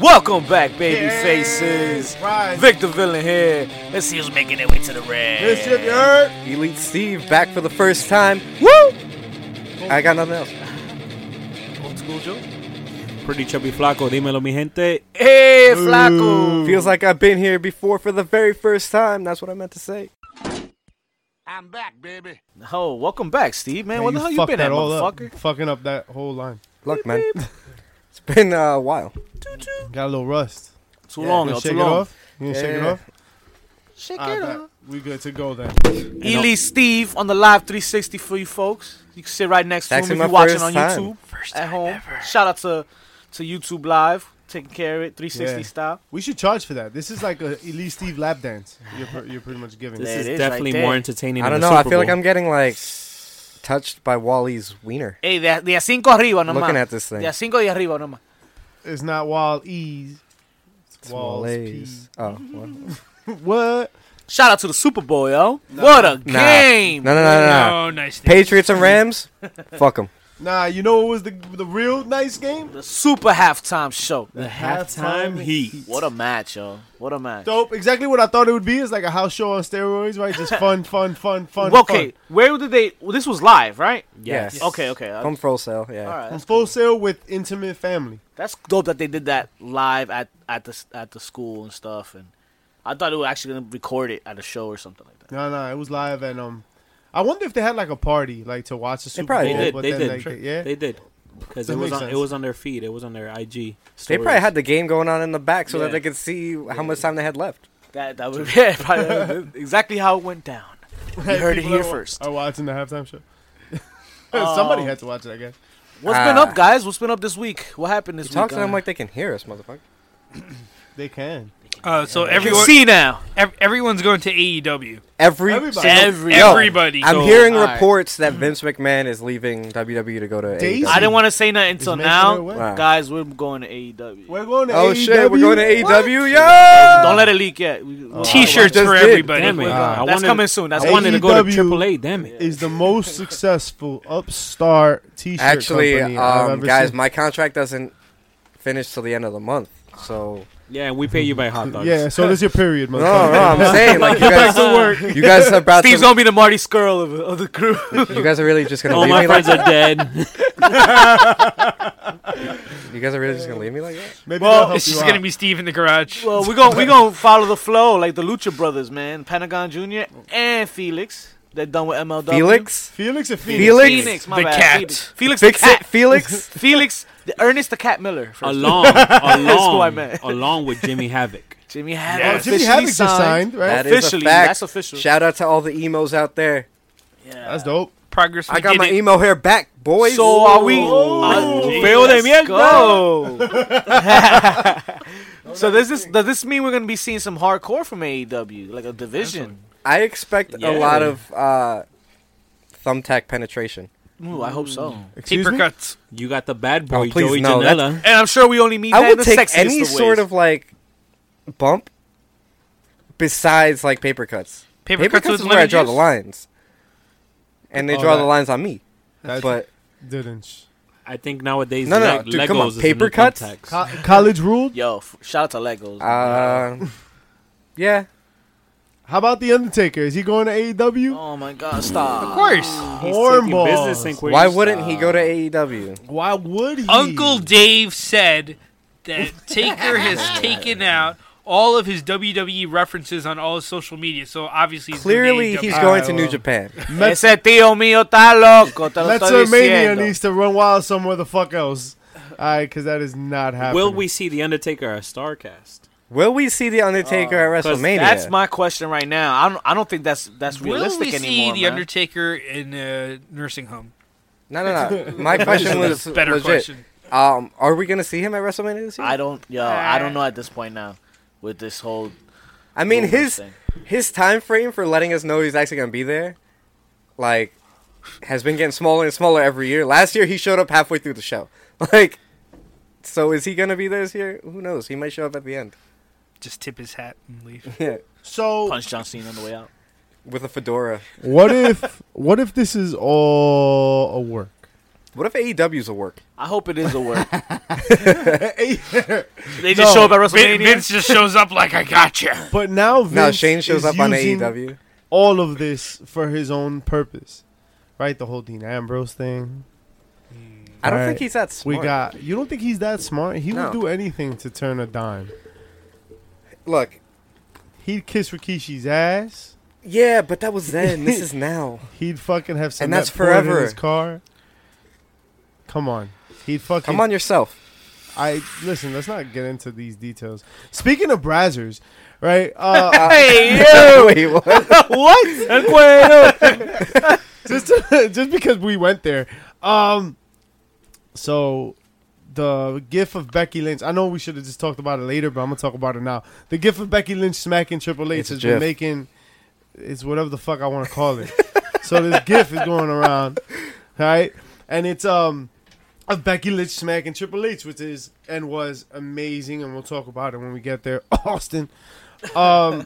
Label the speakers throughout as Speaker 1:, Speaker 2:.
Speaker 1: Welcome back, baby faces.
Speaker 2: right.
Speaker 1: Victor Villain here. Let's see who's making their way to the red.
Speaker 2: This shit you heard?
Speaker 3: Elite Steve back for the first time.
Speaker 1: Woo!
Speaker 3: I got nothing else.
Speaker 1: Old school Joe.
Speaker 4: Pretty chubby flaco, dímelo mi gente.
Speaker 1: Hey, Flaco.
Speaker 3: Feels like I've been here before for the very first time. That's what I meant to say.
Speaker 1: Oh, welcome back, Steve. Man, where the hell you
Speaker 2: fucked
Speaker 1: been
Speaker 2: that
Speaker 1: at,
Speaker 2: all up.
Speaker 1: motherfucker?
Speaker 2: Fucking up that whole line.
Speaker 3: Look, man. it's been uh, a while.
Speaker 2: Got a little rust.
Speaker 1: Too
Speaker 3: Yeah,
Speaker 1: long,
Speaker 2: You
Speaker 1: yo,
Speaker 2: gonna
Speaker 1: too
Speaker 2: shake it
Speaker 1: long.
Speaker 2: off? You gonna
Speaker 3: Yeah.
Speaker 2: shake it off?
Speaker 1: Shake
Speaker 2: All
Speaker 1: it
Speaker 2: right,
Speaker 1: off.
Speaker 2: bet. we good to go then.
Speaker 1: Ely Steve on the live 360 for you folks. You can sit right next to
Speaker 3: That's
Speaker 1: him if
Speaker 3: my
Speaker 1: you're watching
Speaker 3: first
Speaker 1: on
Speaker 3: time.
Speaker 1: YouTube at home. Shout out to to YouTube Live, taking care of it 360
Speaker 2: Yeah.
Speaker 1: style.
Speaker 2: We should charge for that. This is like a Elite Steve lap dance. You're, pr- you're pretty much giving.
Speaker 4: This
Speaker 1: There
Speaker 4: is
Speaker 1: it is,
Speaker 4: definitely
Speaker 1: right there.
Speaker 4: more entertaining.
Speaker 3: I don't
Speaker 4: than the
Speaker 3: know. I
Speaker 4: Super
Speaker 3: feel like
Speaker 4: Bowl.
Speaker 3: I'm getting like touched by Wally's wiener.
Speaker 1: Hey, de, de a cinco arriba nomás.
Speaker 3: Looking at this thing.
Speaker 1: De a cinco y arriba nomás.
Speaker 2: It's not Wall E's. It's Wall's
Speaker 3: Wallace. Oh, well.
Speaker 2: P. What?
Speaker 1: Shout out to the Super Bowl, yo. What a
Speaker 3: Nah.
Speaker 1: game.
Speaker 3: No, no, no, no, no.
Speaker 5: Oh, nice. thing.
Speaker 3: Patriots and Rams. Fuck them.
Speaker 2: Nah, you know what was the the real nice game?
Speaker 1: The super halftime show.
Speaker 2: The
Speaker 4: halftime heat.
Speaker 1: What a match, yo. What a match.
Speaker 2: Dope. Exactly what I thought it would be. It's like a house show on steroids, right? Just fun, fun, fun, fun.
Speaker 1: okay, where did they? Well, this was live, right?
Speaker 3: Yes.
Speaker 4: Yes.
Speaker 1: Okay, okay. I-
Speaker 3: Come full sale. Yeah.
Speaker 1: All right.
Speaker 2: Fun. Full sale with intimate family.
Speaker 1: That's dope that they did that live at at the at the school and stuff. And I thought they were actually gonna record it at a show or something like that.
Speaker 2: No, no, it was live, and um, I wonder if they had like a party, like to watch the Super
Speaker 3: probably
Speaker 4: They
Speaker 2: Bowl.
Speaker 4: did.
Speaker 2: Oh, but
Speaker 4: They
Speaker 2: then,
Speaker 4: did.
Speaker 2: like, they- yeah,
Speaker 4: They did. Because
Speaker 2: That
Speaker 4: it was
Speaker 2: makes
Speaker 4: on. It
Speaker 2: sense.
Speaker 4: was on their feed. It was on their IG.
Speaker 3: They
Speaker 4: stories.
Speaker 3: probably had the game going on in the back so
Speaker 4: Yeah.
Speaker 3: that they could see how much time they had left.
Speaker 1: That that would yeah, probably exactly how it went down. You heard it
Speaker 2: People
Speaker 1: here
Speaker 2: are wa-
Speaker 1: first.
Speaker 2: Are watching the halftime show. Somebody
Speaker 1: Um,
Speaker 2: had to watch it, I guess.
Speaker 1: What's been
Speaker 3: Ah.
Speaker 1: up, guys? What's been up this week? What happened this
Speaker 3: Talk
Speaker 1: week?
Speaker 3: to them
Speaker 1: uh,
Speaker 3: like they can hear us, motherfucker.
Speaker 2: They can.
Speaker 5: Uh, so
Speaker 1: I can
Speaker 5: everyone,
Speaker 1: see now.
Speaker 5: ev- everyone's going to AEW.
Speaker 3: Every
Speaker 2: Everybody.
Speaker 3: single-
Speaker 1: Every-
Speaker 3: Yo,
Speaker 5: everybody.
Speaker 3: I'm
Speaker 5: So-
Speaker 3: hearing
Speaker 1: all right.
Speaker 3: reports that Vince McMahon is leaving WWE to E go to
Speaker 2: Daisy.
Speaker 3: AEW.
Speaker 1: I didn't want to say nothing
Speaker 2: It's
Speaker 1: until
Speaker 2: making their
Speaker 1: now,
Speaker 2: way.
Speaker 3: Wow.
Speaker 1: guys. We're going to E AEW.
Speaker 2: We're going to. E
Speaker 3: Oh shit, we're
Speaker 2: AEW?
Speaker 3: going to AEW, yo!
Speaker 1: Don't let it leak yet.
Speaker 2: Oh,
Speaker 1: We- we'll-
Speaker 5: T-shirts
Speaker 3: I
Speaker 5: for
Speaker 3: just did.
Speaker 5: everybody.
Speaker 4: Damn it! Uh,
Speaker 2: Wow.
Speaker 4: I
Speaker 1: That's
Speaker 4: wanted, E
Speaker 1: coming soon.
Speaker 3: E
Speaker 1: That's
Speaker 4: I wanted to go to
Speaker 2: AEW.
Speaker 4: AAA. Damn it!
Speaker 2: Is the most successful upstart T-shirt
Speaker 3: Actually,
Speaker 2: company I've
Speaker 3: um,
Speaker 2: ever
Speaker 3: guys,
Speaker 2: seen.
Speaker 3: my contract doesn't finish till the end of the month, so
Speaker 4: Yeah, and we pay you by hot dogs.
Speaker 2: yeah, so does your period,
Speaker 3: no,
Speaker 2: motherfucker.
Speaker 3: no, I'm saying like you guys, you guys are about
Speaker 1: Steve's
Speaker 3: to,
Speaker 1: gonna be the Marty Skrull of, of the crew.
Speaker 3: you guys are really just gonna
Speaker 4: All
Speaker 3: leave
Speaker 4: my
Speaker 3: me like
Speaker 4: friends are dead.
Speaker 3: you guys are really just gonna leave me like that.
Speaker 2: Maybe
Speaker 1: Well,
Speaker 2: they'll help
Speaker 5: It's
Speaker 2: you
Speaker 5: just
Speaker 2: out.
Speaker 5: gonna be Steve in the garage.
Speaker 1: Well, we're gonna we gonna follow the flow like the Lucha Brothers, man. Pentagon Jr. and Felix. They're done with MLW.
Speaker 3: Felix,
Speaker 2: Felix or
Speaker 3: Felix?
Speaker 2: Phoenix.
Speaker 1: Felix, my
Speaker 5: The
Speaker 1: bad.
Speaker 5: cat.
Speaker 1: Felix, Felix
Speaker 3: fix
Speaker 1: the cat.
Speaker 3: it, Felix.
Speaker 1: Felix, the Ernest the Cat Miller. first.
Speaker 4: along,
Speaker 1: who I
Speaker 4: along,
Speaker 1: meant.
Speaker 4: along with Jimmy Havoc.
Speaker 1: Jimmy
Speaker 2: Oh,
Speaker 1: Havoc.
Speaker 2: Jimmy
Speaker 1: officially
Speaker 2: Havoc just signed, right?
Speaker 3: That is
Speaker 1: Officially,
Speaker 3: a fact.
Speaker 1: that's official.
Speaker 3: Shout out to all the emos out there.
Speaker 1: Yeah.
Speaker 2: That's dope.
Speaker 5: Progress. We
Speaker 3: I got
Speaker 5: did
Speaker 3: my
Speaker 5: it.
Speaker 3: emo hair back, boys.
Speaker 1: So are we?
Speaker 4: Oh,
Speaker 1: Uh,
Speaker 4: geez.
Speaker 1: feo de
Speaker 4: Let's
Speaker 1: mierda. so does this does this mean we're gonna be seeing some hardcore from AEW, like a division?
Speaker 3: I expect
Speaker 4: Yeah.
Speaker 3: a lot of uh, thumbtack penetration.
Speaker 1: Ooh, I hope so.
Speaker 5: Mm-hmm.
Speaker 2: Excuse me?
Speaker 5: Papercuts.
Speaker 4: You got the bad boy
Speaker 3: Oh, please,
Speaker 4: Joey
Speaker 3: no, that's-
Speaker 4: Janela.
Speaker 1: And I'm sure we only meet that
Speaker 3: I
Speaker 1: in
Speaker 3: will
Speaker 1: the
Speaker 3: take
Speaker 1: sexiest
Speaker 3: any
Speaker 1: of ways.
Speaker 3: sort of like bump besides like paper cuts.
Speaker 5: Paper,
Speaker 3: Paper,
Speaker 5: cuts,
Speaker 3: cuts
Speaker 5: with
Speaker 3: is where I
Speaker 5: lemon
Speaker 3: draw the
Speaker 5: juice?
Speaker 3: lines, and they
Speaker 2: Oh,
Speaker 3: draw
Speaker 2: that-
Speaker 3: the lines on me.
Speaker 2: That's-
Speaker 3: But
Speaker 2: didn't. sh-
Speaker 4: I think nowadays
Speaker 3: No, no,
Speaker 4: Leg-
Speaker 3: dude,
Speaker 4: Legos
Speaker 3: come on,
Speaker 4: is the
Speaker 3: paper
Speaker 4: new
Speaker 3: cuts?
Speaker 4: thumbtacks.
Speaker 2: Co- college ruled.
Speaker 1: Yo, f- shout out to Legos.
Speaker 3: uh, yeah,
Speaker 2: How about the Undertaker? Is he going to E AEW?
Speaker 1: oh my God, stop!
Speaker 5: Of course.
Speaker 4: He's taking
Speaker 2: Cornballs.
Speaker 4: business inquiries.
Speaker 3: why wouldn't he go to E AEW?
Speaker 2: Why would he?
Speaker 5: Uncle Dave said that Taker has taken out all of his WWE references on all his social media. So obviously, he's gonna be E
Speaker 3: Clearly,
Speaker 5: AEW.
Speaker 3: he's
Speaker 2: All
Speaker 3: going
Speaker 2: right,
Speaker 3: to New
Speaker 2: well.
Speaker 3: Japan.
Speaker 2: Met-
Speaker 1: Ese tío mío está loco, te lo estoy
Speaker 2: Metzermania
Speaker 1: diciendo.
Speaker 2: needs to run wild somewhere the fuck else. Alright, because that is not happening.
Speaker 4: Will we see the Undertaker at Starcast?
Speaker 3: Will we see the Undertaker at
Speaker 4: 'cause
Speaker 3: WrestleMania?
Speaker 1: Uh, That's my question right now. I don't, I don't think that's that's
Speaker 5: Will
Speaker 1: realistic
Speaker 5: we see
Speaker 1: anymore,
Speaker 5: the
Speaker 1: man.
Speaker 5: Undertaker in a nursing home?
Speaker 3: no, no, no. My question was
Speaker 5: Better
Speaker 3: legit.
Speaker 5: question.
Speaker 3: Um, are we gonna see him at WrestleMania this year?
Speaker 1: I don't, yo, I don't know at this point now with this whole.
Speaker 3: I mean,
Speaker 1: Google
Speaker 3: his
Speaker 1: thing.
Speaker 3: his time frame for letting us know he's actually gonna be there, like, has been getting smaller and smaller every year. Last year he showed up halfway through the show, like, so is he gonna be there this year? Who knows? He might show up at the end.
Speaker 5: just tip his hat and leave.
Speaker 2: So
Speaker 1: Punch John Cena on the way out.
Speaker 3: with a fedora.
Speaker 2: what if what if this is all a work?
Speaker 3: What if AEW's a E work?
Speaker 1: I hope it is a work.
Speaker 2: but
Speaker 1: They just
Speaker 2: No.
Speaker 1: show up at WrestleMania.
Speaker 5: Vin- Vince just shows up like I got you.
Speaker 2: now Vince
Speaker 3: Now Shane shows
Speaker 2: is
Speaker 3: up on E
Speaker 2: using
Speaker 3: AEW.
Speaker 2: All of this for his own purpose, right? The whole Dean Ambrose thing.
Speaker 3: I don't
Speaker 2: Alright.
Speaker 3: think he's that
Speaker 2: We
Speaker 3: smart.
Speaker 2: got. You don't think he's that smart? He
Speaker 3: No.
Speaker 2: would do anything to turn a dime.
Speaker 3: Look,
Speaker 2: He'd kiss Rikishi's ass.
Speaker 3: yeah, but that was then. this is now.
Speaker 2: He'd fucking have some.
Speaker 3: that's
Speaker 2: In
Speaker 3: forever.
Speaker 2: his car. Come on. He'd fucking.
Speaker 3: Come on yourself.
Speaker 2: I listen. Let's not get into these details. Speaking of Brazzers, right? Uh,
Speaker 5: Hey,
Speaker 3: Wait, what?
Speaker 2: just just because we went there. Um, so the gif of Becky Lynch. I know we should have just talked about it later, but I'm gonna talk about it now. The gif of Becky Lynch smacking Triple H
Speaker 3: It's a
Speaker 2: has been
Speaker 3: gif.
Speaker 2: making. It's whatever the fuck I want to call it. so this gif is going around, right? And it's um. Of Becky Lynch smacking Triple H, which is and was amazing, and we'll talk about it when we get there. Austin, um,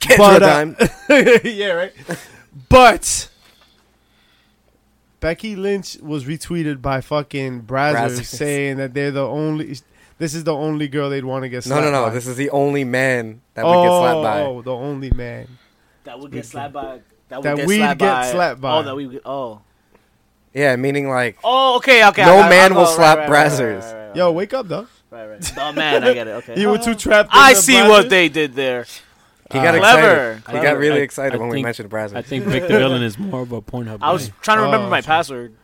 Speaker 3: Can't
Speaker 2: But,
Speaker 3: do a
Speaker 2: uh,
Speaker 3: dime.
Speaker 2: yeah, right. But Becky Lynch was retweeted by fucking Brazzers
Speaker 3: Brazzers.
Speaker 2: saying that they're the only. This is the only girl they'd want to get
Speaker 3: No,
Speaker 2: slapped.
Speaker 3: no, no.
Speaker 2: by.
Speaker 3: This is the only man that would
Speaker 2: oh,
Speaker 3: get slapped by.
Speaker 2: oh, the only man.
Speaker 1: That would get slapped by. That, would
Speaker 2: That
Speaker 1: get
Speaker 2: we'd
Speaker 1: slapped
Speaker 2: get
Speaker 1: by,
Speaker 2: slapped by.
Speaker 1: Oh, that we. Oh.
Speaker 3: Yeah, meaning like
Speaker 1: Oh, okay, okay.
Speaker 3: No
Speaker 1: I got it.
Speaker 3: man
Speaker 1: Oh,
Speaker 3: will
Speaker 1: right,
Speaker 3: slap
Speaker 1: right, right,
Speaker 3: Brazzers.
Speaker 1: Right, right, right,
Speaker 2: Yo, wake up, though.
Speaker 1: right, right. Oh man, I get it. Okay.
Speaker 2: You were too trapped. in
Speaker 1: I
Speaker 2: the
Speaker 1: see what
Speaker 2: Brazzers?
Speaker 1: they did there.
Speaker 3: he got
Speaker 2: Uh,
Speaker 1: Clever,
Speaker 3: excited. He
Speaker 1: clever.
Speaker 3: got really
Speaker 4: I-
Speaker 3: excited
Speaker 4: I
Speaker 3: when we
Speaker 4: think-
Speaker 3: mentioned Brazzers.
Speaker 4: I think Victor Villain is more of a Pornhub.
Speaker 1: I was
Speaker 4: guy.
Speaker 1: trying to remember
Speaker 2: Oh,
Speaker 1: my password.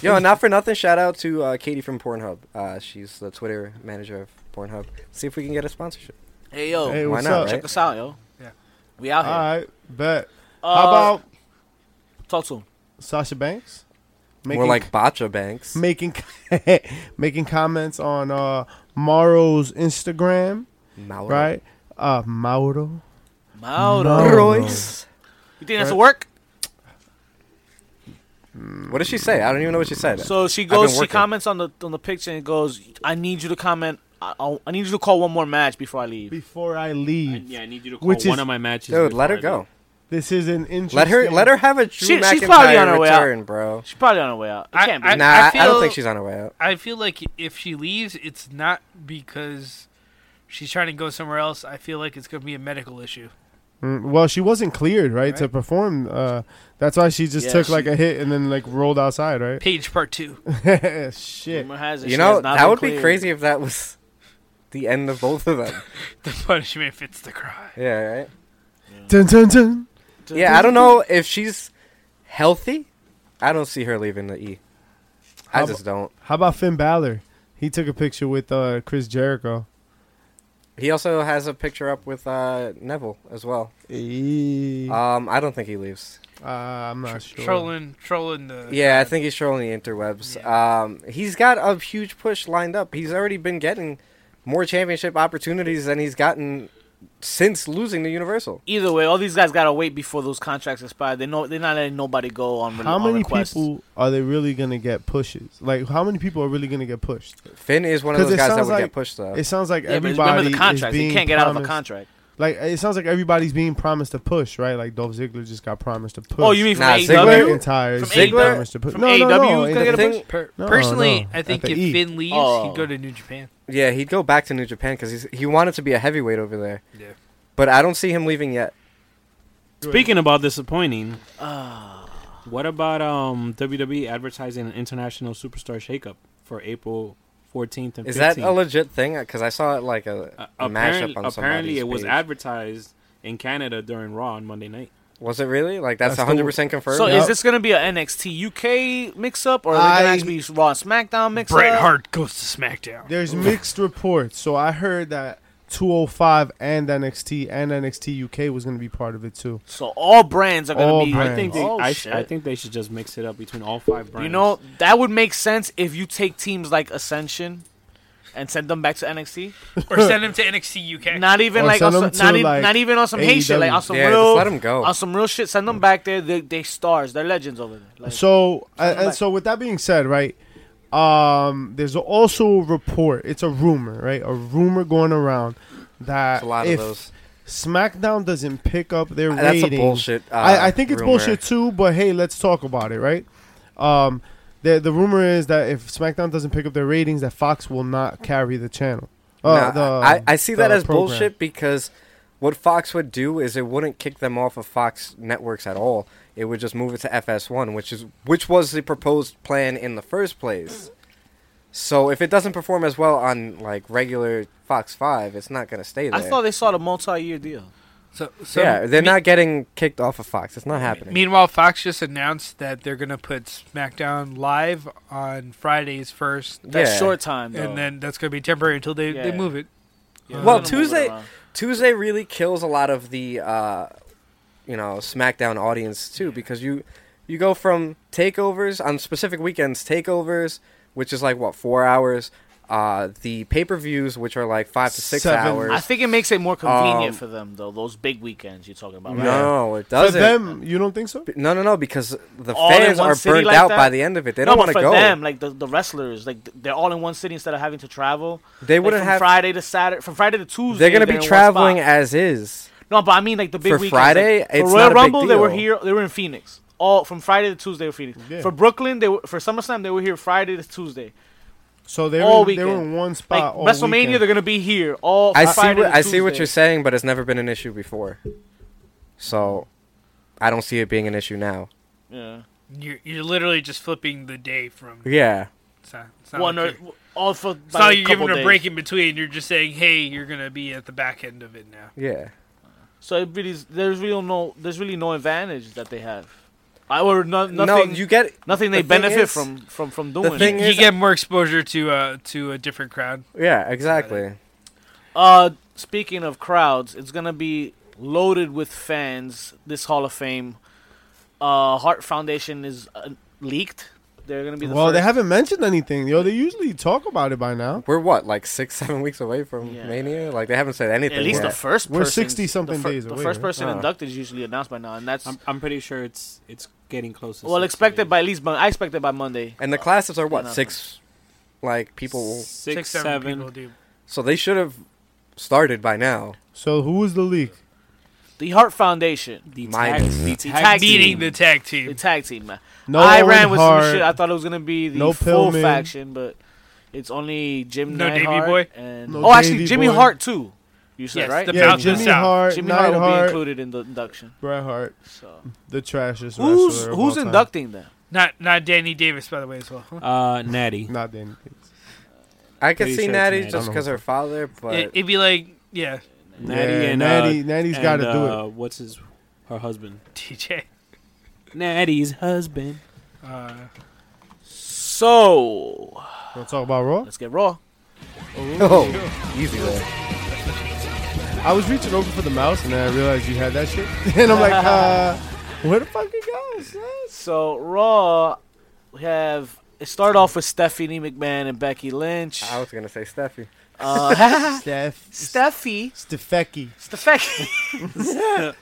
Speaker 3: Yo, not for nothing. Shout out to uh, Katie from Pornhub. Uh, she's the Twitter manager of Pornhub. See if we can get a sponsorship.
Speaker 1: Hey yo,
Speaker 2: Hey,
Speaker 3: Why
Speaker 2: what's
Speaker 3: not,
Speaker 2: up?
Speaker 1: check
Speaker 3: right?
Speaker 1: us out, yo.
Speaker 5: Yeah.
Speaker 1: We out
Speaker 2: All
Speaker 1: here.
Speaker 2: right, bet.
Speaker 1: Uh,
Speaker 2: How about
Speaker 1: talk to him?
Speaker 2: Sasha Banks?
Speaker 3: More like Bacha Banks.
Speaker 2: making making comments on uh Mauro's Instagram,
Speaker 3: Mauro.
Speaker 2: right? Uh, Mauro.
Speaker 1: Mauro.
Speaker 2: Mauro.
Speaker 3: Royce.
Speaker 1: You think that's a work?
Speaker 3: Mm. What did she say? I don't even know what she said.
Speaker 1: So she
Speaker 3: I've been
Speaker 1: goes. She
Speaker 3: working.
Speaker 1: comments on the on the picture and goes, "I need you to comment. I, I'll- I need you to call one more match before I leave."
Speaker 2: Before I
Speaker 4: I,
Speaker 2: leave,
Speaker 4: yeah, I need you to call
Speaker 2: Which
Speaker 4: one
Speaker 2: is-
Speaker 4: of my matches.
Speaker 3: Dude, let her
Speaker 4: before I
Speaker 3: go.
Speaker 2: This is an interesting.
Speaker 3: Let her let her have a Drew
Speaker 1: She-
Speaker 3: McIntyre
Speaker 1: she's probably on her way out.
Speaker 3: return, bro.
Speaker 1: She's probably on her way out. It
Speaker 5: I-
Speaker 1: can't be.
Speaker 5: I-
Speaker 3: nah, I, I
Speaker 5: feel-
Speaker 3: don't think she's on her way out.
Speaker 5: I feel like if she leaves, it's not because she's trying to go somewhere else. I feel like it's going to be a medical issue.
Speaker 2: Mm, Well, she wasn't cleared, right, to perform. Uh, that's why she just
Speaker 1: Yeah,
Speaker 2: took like
Speaker 1: she-
Speaker 2: a hit and then like rolled outside, right?
Speaker 5: Page part two.
Speaker 2: Shit.
Speaker 1: Rumor has it
Speaker 3: You
Speaker 1: she has
Speaker 3: know,
Speaker 1: not
Speaker 3: that
Speaker 1: been
Speaker 3: would be
Speaker 1: cleared.
Speaker 3: crazy if that was the end of both of them.
Speaker 5: The punishment fits the crime.
Speaker 3: yeah, right? Mm.
Speaker 2: Dun, dun, dun.
Speaker 3: Yeah, I don't know if she's healthy. I don't see her leaving the E. I
Speaker 2: How
Speaker 3: just don't.
Speaker 2: How about Finn Balor? He took a picture with uh, Chris Jericho.
Speaker 3: He also has a picture up with uh, Neville as well.
Speaker 2: Uh,
Speaker 3: Um, I don't think he leaves.
Speaker 2: I'm not sure.
Speaker 5: Trolling, trolling the.
Speaker 3: Yeah, I think he's trolling the interwebs. Um, he's got a huge push lined up. He's already been getting more championship opportunities than he's gotten since losing the Universal.
Speaker 1: Either way, all these guys gotta wait before those contracts expire. They know they're not letting nobody go on. Re-
Speaker 2: How
Speaker 1: on
Speaker 2: many
Speaker 1: requests.
Speaker 2: people are they really gonna get pushes? Like, how many people are really gonna get pushed?
Speaker 3: Finn is one of
Speaker 2: 'Cause
Speaker 3: those
Speaker 2: it
Speaker 3: guys that
Speaker 2: sounds
Speaker 3: would
Speaker 2: like-
Speaker 3: get pushed though.
Speaker 2: It sounds like
Speaker 1: Yeah, but
Speaker 2: everybody
Speaker 1: remember the
Speaker 2: is
Speaker 1: contract.
Speaker 2: being
Speaker 1: You can't get out of a
Speaker 2: promised-
Speaker 1: contract.
Speaker 2: Like, it sounds like everybody's being promised a push, right? Like Dolph Ziggler just got promised a push.
Speaker 1: Oh, you mean from
Speaker 3: Nah,
Speaker 1: AEW?
Speaker 3: Ziggler-
Speaker 2: McIntyre
Speaker 1: From
Speaker 2: is being
Speaker 1: AEW?
Speaker 2: promised a push.
Speaker 1: From
Speaker 2: No, no, no,
Speaker 1: AEW, gonna
Speaker 3: The
Speaker 1: get a
Speaker 2: AEW.
Speaker 3: thing-
Speaker 5: Per-
Speaker 2: No,
Speaker 5: personally,
Speaker 2: no,
Speaker 5: I
Speaker 2: at
Speaker 5: think
Speaker 2: the
Speaker 5: if
Speaker 2: E.
Speaker 5: Finn leaves,
Speaker 1: Oh.
Speaker 5: he'd go to New Japan.
Speaker 3: yeah, he'd go back to New Japan because he wanted to be a heavyweight over there.
Speaker 5: Yeah.
Speaker 3: But I don't see him leaving yet.
Speaker 4: Speaking about disappointing, uh,
Speaker 1: Ah.
Speaker 4: what about um WWE advertising an international superstar shakeup for April 14th and 15th?
Speaker 3: Is that a legit thing? Because I saw it like a,
Speaker 4: Uh,
Speaker 3: a
Speaker 4: apparently,
Speaker 3: mashup on
Speaker 4: apparently
Speaker 3: somebody's
Speaker 4: it was
Speaker 3: page.
Speaker 4: advertised in Canada during Raw on Monday night.
Speaker 3: Was it really? Like that's
Speaker 2: That's the-
Speaker 3: hundred percent confirmed.
Speaker 1: So
Speaker 2: Yep.
Speaker 1: is this gonna be an NXT UK mix up or is it gonna
Speaker 2: I-
Speaker 1: actually be Raw and SmackDown mix
Speaker 5: Bret
Speaker 1: up?
Speaker 5: Hart goes to SmackDown.
Speaker 2: There's mixed reports. So I heard that 205 and NXT and NXT UK was going to be part of it too.
Speaker 1: So all brands are gonna
Speaker 2: All
Speaker 1: be.
Speaker 4: I
Speaker 2: brands.
Speaker 4: think they,
Speaker 1: Oh,
Speaker 4: I,
Speaker 1: shit.
Speaker 4: I think they should just mix it up between all five brands.
Speaker 1: You know that would make sense if you take teams like Ascension. And send them back to NXT.
Speaker 5: or send him to NXT UK.
Speaker 1: Not even
Speaker 2: Or
Speaker 1: like, on
Speaker 2: send
Speaker 1: some, not,
Speaker 2: them to,
Speaker 1: e-
Speaker 2: like, E
Speaker 1: not even on some hate shit. Like on
Speaker 2: AEW.
Speaker 1: some
Speaker 3: yeah,
Speaker 1: real,
Speaker 3: just let him go.
Speaker 1: on some real shit. Send them back there. They, they stars. They're legends over there. Like,
Speaker 2: So uh,
Speaker 1: Something
Speaker 2: and
Speaker 1: like-
Speaker 2: so with that being said, right? Um, there's also a report. It's a rumor, right? A rumor going around that
Speaker 3: It's a lot
Speaker 2: if
Speaker 3: of those.
Speaker 2: SmackDown doesn't pick up their
Speaker 3: That's a
Speaker 2: ratings,
Speaker 3: bullshit. Uh,
Speaker 2: I, I think it's
Speaker 3: rumor.
Speaker 2: bullshit too, but hey, let's talk about it, right? Um, the the rumor is that if SmackDown doesn't pick up their ratings, that Fox will not carry the channel. Uh,
Speaker 3: Nah,
Speaker 2: the,
Speaker 3: I, I see that
Speaker 2: the
Speaker 3: as
Speaker 2: program.
Speaker 3: bullshit because what Fox would do is it wouldn't kick them off of Fox networks at all. It would just move it to FS1, which is which was the proposed plan in the first place. So if it doesn't perform as well on like regular Fox Five, it's not gonna stay there.
Speaker 1: I thought they saw the multi-year deal.
Speaker 5: So, so
Speaker 3: yeah, they're
Speaker 5: me-
Speaker 3: not getting kicked off of Fox. It's not happening.
Speaker 5: Meanwhile, Fox just announced that they're gonna put SmackDown live on Fridays first,
Speaker 1: That's
Speaker 3: Yeah.
Speaker 1: short time, though.
Speaker 5: and then that's gonna be temporary until they,
Speaker 1: Yeah.
Speaker 5: they move it.
Speaker 1: Yeah,
Speaker 3: Well,
Speaker 1: they're gonna move it
Speaker 3: Tuesday-
Speaker 1: around.
Speaker 3: Tuesday really kills a lot of the uh, you know SmackDown audience too because you you go from takeovers on specific weekends takeovers which is like what four hours uh, the pay per views which are like five to six
Speaker 2: Seven.
Speaker 3: hours.
Speaker 1: I think it makes it more convenient
Speaker 3: Um,
Speaker 1: for them, though. Those big weekends you're talking about, right?
Speaker 3: no, it
Speaker 2: For
Speaker 3: doesn't.
Speaker 2: them, you don't think so?
Speaker 3: no, no, no, because the
Speaker 1: All in
Speaker 3: fans
Speaker 1: one
Speaker 3: are
Speaker 1: city
Speaker 3: burnt
Speaker 1: like
Speaker 3: out
Speaker 1: that?
Speaker 3: by the end of it. They
Speaker 1: no,
Speaker 3: don't
Speaker 1: but
Speaker 3: want
Speaker 1: for
Speaker 3: to go.
Speaker 1: them, like the, the wrestlers, like th- they're all in one city instead of having to travel.
Speaker 3: they
Speaker 1: Like,
Speaker 3: wouldn't
Speaker 1: from
Speaker 3: have.
Speaker 1: Friday to Saturday, from Friday to Tuesday.
Speaker 3: they're gonna
Speaker 1: they're
Speaker 3: be
Speaker 1: in one
Speaker 3: traveling
Speaker 1: spot.
Speaker 3: as is.
Speaker 1: no, but I mean like the big
Speaker 3: for
Speaker 1: weekends,
Speaker 3: Friday,
Speaker 1: like, for
Speaker 3: it's
Speaker 1: Royal
Speaker 3: not a big
Speaker 1: Rumble, they were
Speaker 3: deal.
Speaker 1: here. They were in Phoenix. All from Friday to Tuesday were Phoenix.
Speaker 2: Yeah.
Speaker 1: For Brooklyn, they were for SummerSlam. They were here Friday to Tuesday.
Speaker 2: So they were
Speaker 1: All
Speaker 2: in, they were
Speaker 1: weekend.
Speaker 2: in one
Speaker 1: Like
Speaker 2: spot. all
Speaker 1: WrestleMania,
Speaker 2: weekend.
Speaker 1: they're gonna be here all.
Speaker 3: I see.
Speaker 1: Friday
Speaker 3: What,
Speaker 1: to
Speaker 3: I see what
Speaker 1: Tuesday.
Speaker 3: you're saying, but it's never been an issue before. So, I don't see it being an issue now.
Speaker 1: Yeah.
Speaker 5: You're, you're literally just flipping the day from.
Speaker 3: Yeah.
Speaker 5: It's not, it's not
Speaker 1: One
Speaker 5: like
Speaker 1: or
Speaker 5: you're-
Speaker 1: all for.
Speaker 5: it's
Speaker 1: by
Speaker 5: not
Speaker 1: a
Speaker 5: like you're
Speaker 1: couple
Speaker 5: giving a
Speaker 1: days.
Speaker 5: break in between. You're just saying, hey, you're gonna be at the back end of it now.
Speaker 3: Yeah.
Speaker 1: So it really is, there's really no there's really no advantage that they have. I or no,
Speaker 3: no,
Speaker 1: nothing
Speaker 3: you get
Speaker 1: nothing they
Speaker 3: the thing
Speaker 1: benefit
Speaker 3: is-
Speaker 1: from from from doing. it.
Speaker 3: thing
Speaker 5: You
Speaker 3: is-
Speaker 5: get more exposure to uh to a different crowd.
Speaker 3: Yeah, exactly.
Speaker 1: uh, speaking of crowds, it's gonna be loaded with fans. This Hall of Fame, uh, Heart Foundation is uh, leaked. They're gonna be the
Speaker 2: well,
Speaker 1: first.
Speaker 2: they haven't mentioned anything. Yo, they usually talk about it by now.
Speaker 3: We're what, like six, seven weeks away from
Speaker 1: Yeah.
Speaker 3: Mania? Like they haven't said anything.
Speaker 1: at least
Speaker 3: yet.
Speaker 1: the first.
Speaker 2: We're
Speaker 1: person's-
Speaker 2: 60-something
Speaker 1: the fir-
Speaker 2: days
Speaker 1: The
Speaker 2: away,
Speaker 1: first
Speaker 2: right? Uh-huh.
Speaker 1: person
Speaker 3: Oh.
Speaker 1: inducted is usually announced by now, and that's
Speaker 4: I'm, I'm pretty sure it's it's getting close. To
Speaker 1: well
Speaker 4: 60
Speaker 1: expected
Speaker 4: days.
Speaker 1: by at least. Mon- I expect it by Monday.
Speaker 3: and the classes are what
Speaker 1: Nothing.
Speaker 3: six, like people.
Speaker 4: six,
Speaker 5: seven
Speaker 4: seven.
Speaker 5: people do.
Speaker 3: So they should have started by now.
Speaker 2: So who was the leak?
Speaker 1: The Heart Foundation,
Speaker 4: The
Speaker 3: Minus.
Speaker 4: tag, the tag
Speaker 1: tag
Speaker 4: team.
Speaker 5: Meeting the tag
Speaker 1: the
Speaker 5: team.
Speaker 1: tag team. Man.
Speaker 2: No,
Speaker 1: I
Speaker 2: Owen
Speaker 1: ran with some
Speaker 2: Hart.
Speaker 1: shit. I thought it was gonna be the
Speaker 2: No
Speaker 1: full
Speaker 2: Pillman.
Speaker 1: faction, but it's only Jim
Speaker 5: No Davey
Speaker 1: Neidhart
Speaker 5: Boy?
Speaker 1: and
Speaker 2: No
Speaker 1: oh, actually
Speaker 2: Davey
Speaker 1: Jimmy
Speaker 2: Boy.
Speaker 1: Hart too. You said
Speaker 5: Yes,
Speaker 1: right?
Speaker 5: the
Speaker 2: yeah,
Speaker 5: Bounce
Speaker 2: Jimmy
Speaker 5: South.
Speaker 2: Hart,
Speaker 1: Jimmy Hart will be
Speaker 2: Neidhart,
Speaker 1: included in the induction.
Speaker 2: Bret Hart,
Speaker 1: So
Speaker 2: the trashiest
Speaker 1: who's
Speaker 2: wrestler of
Speaker 1: who's
Speaker 2: all time.
Speaker 1: inducting them?
Speaker 5: Not not Danny Davis, by the way, as well.
Speaker 4: Uh, Natty.
Speaker 2: Not Danny. Davis.
Speaker 3: I could
Speaker 4: Pretty
Speaker 3: see
Speaker 4: sure it's
Speaker 3: Natty
Speaker 4: Natty.
Speaker 3: just because her father, but
Speaker 5: It, it'd be like, yeah,
Speaker 4: Natty
Speaker 2: yeah,
Speaker 4: and
Speaker 2: Natty,
Speaker 4: uh,
Speaker 2: Natty's
Speaker 4: and,
Speaker 2: got to do it.
Speaker 4: uh, What's his her husband?
Speaker 5: TJ.
Speaker 4: Natty's husband.
Speaker 5: Uh,
Speaker 1: So
Speaker 2: Want to talk about Raw?
Speaker 1: let's get raw.
Speaker 3: oh, easy there.
Speaker 2: I was reaching over for the mouse and then I realized you had that shit, and I'm like, uh, where the fuck it goes?
Speaker 1: So raw, we have it started off with Stephanie McMahon and Becky Lynch.
Speaker 3: I was gonna say Steffi.
Speaker 1: Uh,
Speaker 2: Steph,
Speaker 1: Steffi,
Speaker 2: Stefeki.
Speaker 1: Steffi.
Speaker 3: Sounds